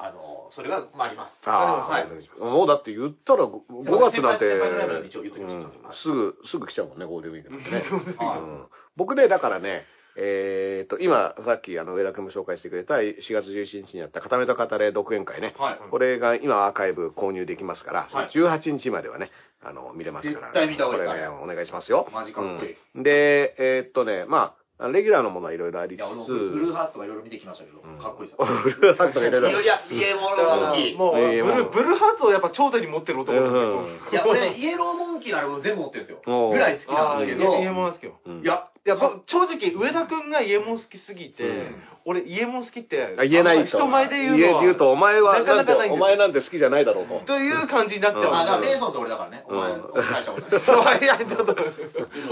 S2: あの、それが、まあ、あります。
S3: あ
S2: はい
S3: あ、もうだって言ったらご5月なんて、
S2: 先輩先輩ぐらいまで一応言っときました
S3: うんすぐ、すぐ来ちゃうもんね、ゴールデンウィークなん
S2: *laughs*
S3: てね。
S2: はい
S3: うん僕ね、だからね、えーと、今、さっき、あの、上田君も紹介してくれた4月17日にやった固めと語れ独演会ね。
S2: はい。
S3: これが今アーカイブ購入できますから、
S2: はい
S3: 18日まではね、あの、見れますから。
S2: 絶対見た方がいい
S3: これね、お願いしますよ。
S2: マジかっこいい
S3: うんで、えーっとね、まあ、レギュラーのものはいろいろあり
S2: い
S3: つ
S2: や、俺もブルー
S3: つ、
S2: ハーツとかいろいろ見てきましたけど、かっこいいです
S3: ブルーハーツとかいろいろあ
S2: いや
S3: る
S2: いや、イエローモンキー。
S4: もう、ブ
S3: いやいや
S4: ル
S3: もう
S4: ーブルーハーツをやっぱ頂点に持ってる男だ
S3: うん
S2: いや、俺、イエローモンキーのアルバム全部持ってるんですよ。
S3: おー
S2: ぐらい好き
S4: あ
S2: な
S4: あ、
S2: ん
S4: い
S2: で
S4: や
S2: すけ
S4: い
S2: ど。い
S4: やも好きよ。
S3: うん
S2: や、
S4: いや、僕正直、上田くんが家も好きすぎて、
S3: うん
S4: 俺、家も好きって、
S3: あ言えないと。
S4: 人前で言
S3: 言
S4: うの
S3: え
S4: は
S3: 言うと、お前は
S4: なか
S3: な
S4: なん
S3: て
S4: かないんですよ
S3: お前なんて好きじゃないだ
S4: *laughs*
S3: ろうと。
S4: という感じになっちゃう。
S2: あ、だから、メイ
S4: そ
S2: ソンと俺だからね。お
S3: う
S2: 前、
S3: ん
S2: お前大したことない。
S3: *laughs*
S4: ういや、ちょっと、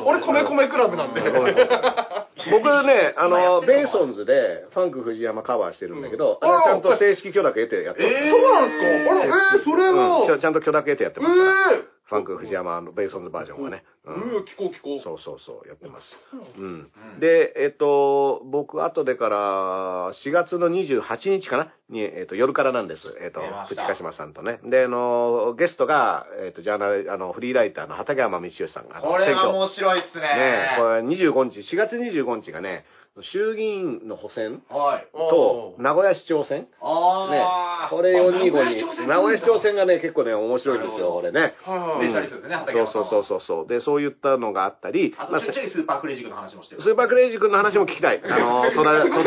S4: 俺、米米クラブなんで。
S3: ごめんごめん僕ね、あ
S2: 今やっ
S3: の、
S2: てる
S3: ベ
S2: の
S3: ーソンズで、ファンク藤山カバーしてるんだけど、
S4: うん
S3: あれちゃんと正式許諾得てやってます。
S4: そうなんすかあら、えー、それ
S3: うんちゃ
S4: は、
S3: ちゃんと許諾得てやって
S4: え
S3: ますから。
S4: ー、
S3: ファンク藤山のベーソンズバージョンはね。う
S4: うん、
S3: ん
S4: 聞こう聞こう。
S3: そうそうそう、やってます。う。
S2: うんん
S3: で、えっと、僕、後でから、4月の28日かなに、えっと、夜からなんです。えっと
S2: 出ま、し
S3: プチ
S2: た
S3: カシマさんとね。で、あの、ゲストが、えっと、ジャーナル、あの、フリーライターの畠山道義さんが、あの
S2: これ
S3: 選
S2: は
S3: 挙
S2: 面白いっすね。
S3: ねえ、これ25日、4月25日がね、衆議院の補選
S2: はい。
S3: と
S4: おー
S3: 名古屋市長選ね、
S2: あー。
S3: これ425
S2: 名
S3: に、名古
S2: 古
S3: 屋
S2: 屋
S3: 市
S2: 市
S3: 長
S2: 長
S3: 選
S2: 選
S3: がね、結構ね、面白いんで
S2: な
S3: す
S2: る
S3: よ、
S2: ほど
S3: 俺ね。
S2: ス
S4: は
S2: ペ
S4: い
S2: シ
S4: はい
S2: ャリストですね、
S3: そう
S2: 畠山さん
S3: そう
S2: は
S3: そうそうそう。で、そういったのがあったり、
S2: あ
S3: まあ
S2: と、ちょいちょいスーパークレイジー君の話もしてる。
S3: スーパークレイジー君の話も聞きたい。あの、戸田、戸
S2: *laughs*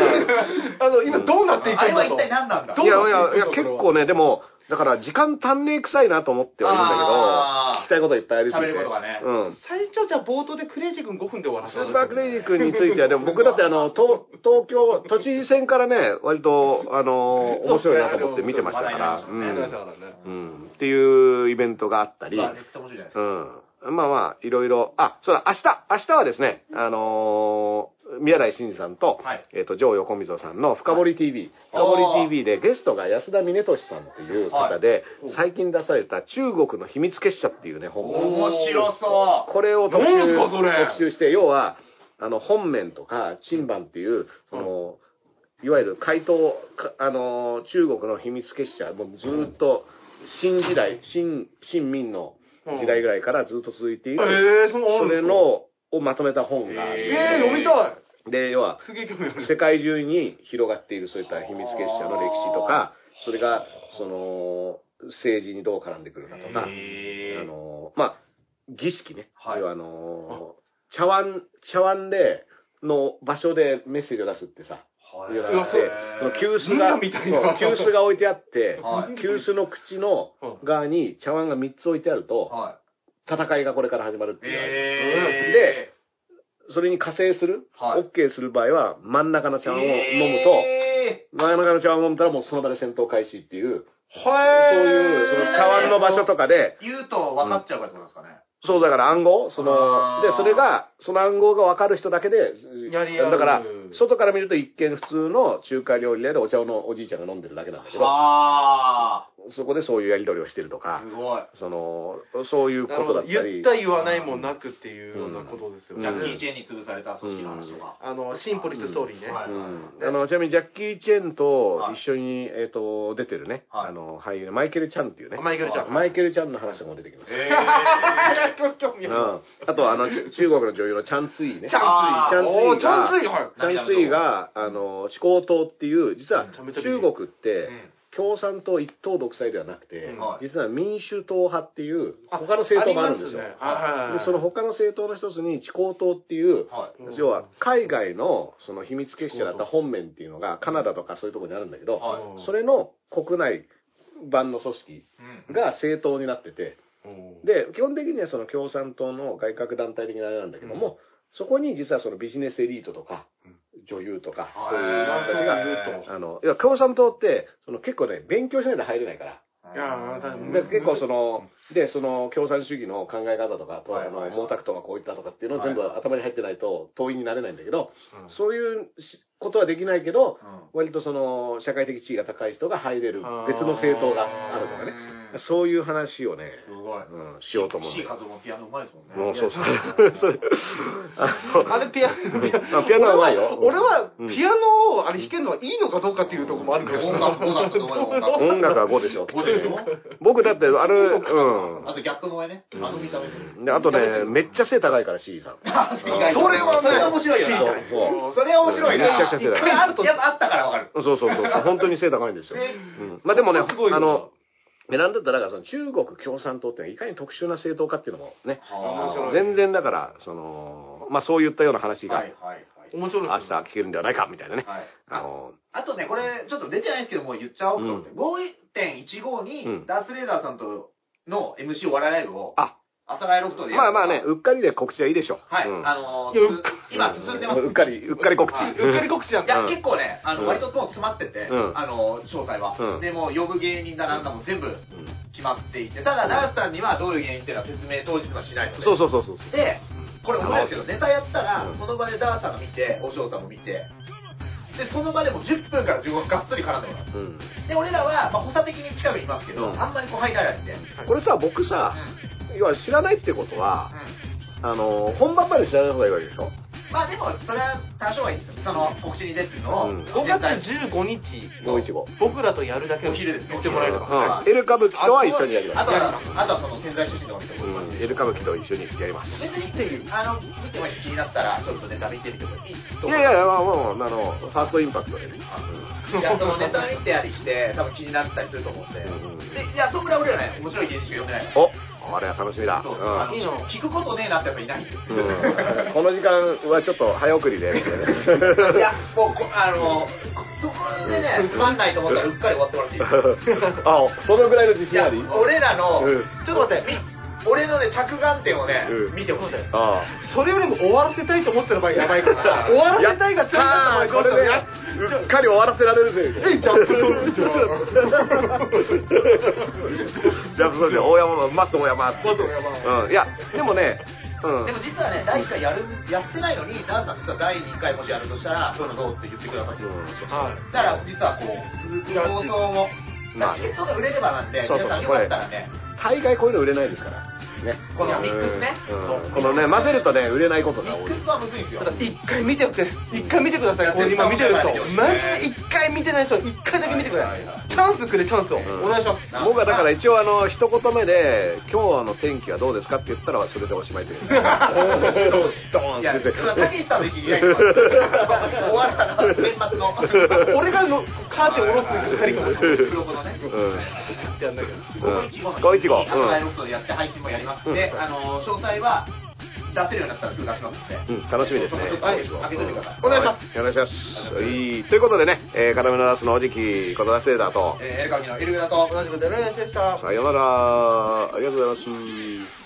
S3: 田。
S4: *laughs* あの、今どうなっていくん
S2: あれは
S4: だ
S2: 一
S4: と。
S2: 体何なんだ
S4: ど
S3: いうや
S4: ない
S3: や、いや
S4: っていくの
S3: 結構ね、でも、だから時間足んねえくさいなと思ってはいるんだけ
S2: あー
S3: ど、聞きたいこといっぱいありすぎて。
S2: 喋ることがね
S3: うん。
S4: 最初じゃあ冒頭でクレイジー君5分で終わらせ
S3: ス
S4: る
S3: ーパークレイジー君については、でも僕だってあの、東東京、都知事選からね、割と、あの、面白いなと思って見てましたから、
S2: そううですね
S4: 話だ
S3: ん。
S4: からね。
S3: うんっていうイベントがあったり、
S2: まあ
S3: う
S2: 絶対面白いじゃないですか。
S3: ん。まあまあ、いろいろ、あ、そうだ、明日、明日はですね、あのー宮台真司さんと、
S2: はい
S3: えっ、と、上横溝さんの深掘り TV、深掘り TV でゲストが安田峰俊さんっていう方で、最近出された中国の秘密結社っていうね、本が
S2: 面白そう。
S3: これを特集
S4: なんすかそれ
S3: 特集して、要は、あの、本面とか、珍版っていう、その、いわゆる怪盗、かあのー、中国の秘密結社、もうずーっと、新時代、新、新民の時代ぐらいからずっと続いている、
S4: えー、その
S3: それ、の、をまとめた本があ
S4: え
S3: る
S4: ー、読みたい。
S3: で、要は、
S4: すげえ興味ある。
S3: 世界中に広がっているそういった秘密結社の歴史とか、それが、その、政治にどう絡んでくるかとか、
S2: へー
S3: あのーまあ、儀式ね。
S2: はい
S3: 要はあのー茶碗、茶碗で、の場所でメッセージを出すってさ、
S2: はい
S3: いうの
S4: う
S3: があ
S4: わ
S3: っ
S4: そう
S3: て、その急須
S4: 忍
S3: が、
S4: 者みたいな
S3: そう急須が置いてあって、
S2: はい
S3: 急須の口の
S4: うん
S3: 側に茶碗が3つ置いてあると、
S2: は
S3: 戦いがこれから始まるっ
S2: い。
S3: ていう。
S2: ー
S3: で、それに加勢する、
S2: はい
S3: OK する場合は、真ん中の茶碗を飲むと、
S2: え
S3: 真ん中の茶碗を飲んだらもうその場で戦闘開始っていう、そう
S4: は
S3: いう、その茶碗の場所とかで、
S2: ー言うと分かっちゃうからってことですかね。
S3: そう、だから暗号その、
S2: あ
S3: で
S2: ー、
S3: それが、その暗号が分かる人だけで、
S4: やり合う
S3: だから、外から見ると一見普通の中華料理屋でお茶をのおじいちゃんが飲んでるだけなんだけど、
S2: は
S3: そこでそういうやり取りをしてると
S2: あ
S3: か
S2: す、ごい。
S3: その、そういうこ
S4: なる
S3: と
S4: ほ
S3: だっ
S4: ど
S3: た
S4: 言
S3: り。
S4: った言わないもなくっていうようなことですよ
S3: うん
S2: ジ
S4: ね。
S2: ャッキー・チェンに潰された組織の話とか。
S4: あの、シンポリスストーリーね。
S2: はい
S3: うんあのちなみにジャッキー・チェンと一緒に、えっと出てるね、
S2: はい
S3: あの俳優のマイケル・チャンっていうね
S4: マイケルちゃん。
S3: マイケル・チャンの話とかも出てきます、
S2: え
S4: 興味
S3: うん、
S4: あ
S3: あとあのちゅ中国の女優のチャン・ツイね
S4: る。チャンツイ。
S3: チャンツイが
S4: おーチャンツイ、はい。
S3: チャンスイが、あの、始皇党っていう、実は
S4: うん
S3: 中国って、共産党一党独裁ではなくて
S4: うん、
S2: はい
S3: 実は民主党派っていう、他の政党もあるんですよ。
S4: ありますねはいはいは
S3: で
S4: い
S3: その他の政党の一つに、始皇党っていう、
S2: はい。
S4: うん
S3: 要は海外のその秘密結社だった本面っていうのが、カナダとかそういうところにあるんだけど、
S2: はい
S3: それの国内版の組織
S2: うん。
S3: が政党になってて、
S4: うん
S3: で、基本的にはその共産党の外郭団体的なあれなんだけども、そこに実はそのビジネスエリートとか、
S4: うん
S3: 女優とか、
S2: あ
S3: そういう人たち
S4: へ
S3: が、
S4: ー
S3: あの、いや、共産党って、その結構ね、勉強しないと入れないから。
S4: いやー多分
S3: で結構その、で、その共産主義の考え方とか、と
S2: はい
S3: あ
S2: はいは
S3: の
S2: い
S3: 毛沢東はこういったとかっていうのを全部頭に入ってないと、党員になれないんだけど、そういうしことはできないけど、割とその、社会的地位が高い人が入れる
S4: あー
S3: 別の政党があるとかね。そういう話をね、
S2: すごい。
S3: うん、しようと思うんだ
S2: シー
S3: よ
S2: カ。ズもピアノうまいですもんね。
S3: もうそうそう
S2: いや。
S3: それ
S4: あれピア
S3: あ
S4: ノ、
S3: ピアノはうまいよ
S4: 俺は、
S3: うん
S4: ピアノをあれ弾けるのはいいのかどうかっていうところもあるけど。
S2: 音楽、音楽どうよ、音楽。
S3: 音楽は5でしょ。きっ
S2: ど
S3: と
S2: うでしょ
S3: 僕だって、あれ、うん。
S2: あとギャップ萌えね。あの見た目で。
S3: であとね、めっちゃ背高いから、C さん。
S2: あ
S3: うん
S4: それはね
S2: それは面白いよな。
S3: そ
S2: それは面白いな。
S3: めちゃくちゃ世代
S2: これあると、やっぱあったからわかる。
S3: うそうそうそうそう、本当に背高いんですよ。うん、まあでもね、
S4: すごいよ
S3: あの、選んだったら、その中国共産党っていうのはいかに特殊な政党かっていうのもね、
S4: 面白い
S3: 全然だから、その、まあそういったような話が
S2: はいはいはい。
S4: 面白い
S3: 明
S4: です
S3: 日聞けるんではないか、みたいなね。
S2: はい
S3: あの、
S2: あとね、これ、ちょっと出てないですけど、もう言っちゃおうと思って。5.15
S3: うん
S2: に、ダースレーダーさんとの MC お笑いライブを、
S3: あ
S2: 阿佐ヶ谷ロフトでや
S3: まあ
S2: る
S3: まあね、うっかりで告知はいいでしょう。
S2: はい、
S3: うん
S2: あのー
S4: いやう
S2: す
S4: っ
S2: 今進んでます。
S3: うっかり、うっかり告知。
S2: はいう
S4: っかり告知なん
S2: いや、
S4: だ。
S3: うん
S2: 結構ね、あ
S3: うん
S2: の割ともう詰まってて、
S3: うん
S2: あの詳細は、
S3: うん
S2: でもう呼ぶ芸人だなんだも全部
S3: うん
S2: 決まっていて、ただ、ダースさんにはどういう芸人っていうのは説明当日はしないので、
S3: そうそうそうそう。
S2: で、これ、面白いですけど、ネタやったら、
S3: うん
S2: その場でダースさんが見て、お嬢さんも見て、で、その場でも10分から15分、がっつり絡んでもらう。
S3: うん。
S2: で、俺らは、まあ、補佐的に近くにいますけど、
S3: うん
S2: あんまりこう入らないんで、うん、うん、
S3: これさ、僕さ、要は知らないってことは、あの、本番まで知らない方がいいわけでしょ
S2: まあでも、それは多少はいいですよ、その告知に出てるのを、
S3: うん
S4: 5
S2: 絶
S4: 月
S2: 対
S4: 15日、
S3: 五一五。
S4: 僕らとやるだけ
S2: お昼ですね
S4: 言ってもらえれば。
S2: は
S3: うん。
S2: い
S3: エル歌舞伎とは一緒にやり
S2: あ
S3: ま
S2: とは、あとはその潜在写真とか見て
S3: す。
S2: もらいま
S3: うん。エル歌舞伎と一緒にやります。
S2: 別に、あの、見てもいい気になったら、ちょっとネタ見てみてもいいと思う。
S3: いやいやいや、まあまあまあ、あの、ファーストインパクトでね。
S2: いや、そのネタ見てありして、多分気になったりすると思うんで。
S3: うん
S2: で、いや、そんぐらい俺らね、面白い芸人しか呼んでないから。
S3: お、これは楽しみだ。う
S2: そうあの
S3: ん。
S4: いいの
S2: 聞くことねえなってやっぱいないんですよ。
S3: うんこの時間はちょっと早送りで、みたいな
S2: いや、もうこ、あの、こそこでね、つまんないと思ったら、うっかり終わってもらっていいです
S3: *laughs* あ、そのぐらいの自
S2: い
S3: 信
S2: や
S3: あり、
S2: 俺らの、
S3: うん
S4: ちょっと待って
S2: み、俺のね、着眼点をね、
S3: うん
S2: 見てほしい。
S3: ああ。
S4: それよりも終わらせたいと思ってる場合やばいから。終わらせたいが強かった場合どうしたらいい
S3: やったーこれでうっかり終わらせられるぜ
S4: えいジャンプソルジャー
S3: ジャンプソルジャー大山のマス大山
S4: マス大山
S3: うんいやでもねうん
S2: でも実はね、第1回やる、やってないのに、ダンさん実は第2回もしやるとしたら、そういうのどうって言ってくださってる。
S4: はい。
S2: だから実はこう、続く放送も、
S3: まあ
S2: チケットが売れればなんで、
S3: そうそう
S2: 皆さんよかったらね、
S3: 大概こういうの売れないですからね
S2: このミックスね
S3: うんうんこのね混ぜるとね売れないこと
S2: ミ
S3: が
S2: ッ
S3: 多い
S2: クスはむずいんですよ
S4: た。だ一回見てくれ一回見てください、これ今見てる人マジで一回見てない人一回だけ見てくれ
S2: はいはいはい
S4: チャンスくれチャンスを、
S3: ん
S4: お願いします
S2: な
S3: 僕はだから一応あの一言目で「今日の天気はどうですか?」って言ったらそれでおしまいというドーンっ
S2: い
S3: て
S2: や、
S3: 出
S2: そ
S3: て
S2: れはたけしさんの息切れが終わったな、年末の。
S4: 俺がのカーテン下ろす二人かもしれない
S2: 黒子のね。
S4: やんなきゃ
S3: 五一五
S2: アルバイロフトでやって配信もやります。で、あの、詳細は出せるようになったらすぐ出しますんで。
S3: うん、楽しみですね。
S2: はい開けといてください
S3: お願いします。お願いします。いいということでね、えー、カラメのラスのおじき、ことだせいだと、
S2: えーエルカミのエルグナと、
S4: 同じことでお願いしました
S3: さようなら、ありがとうございます。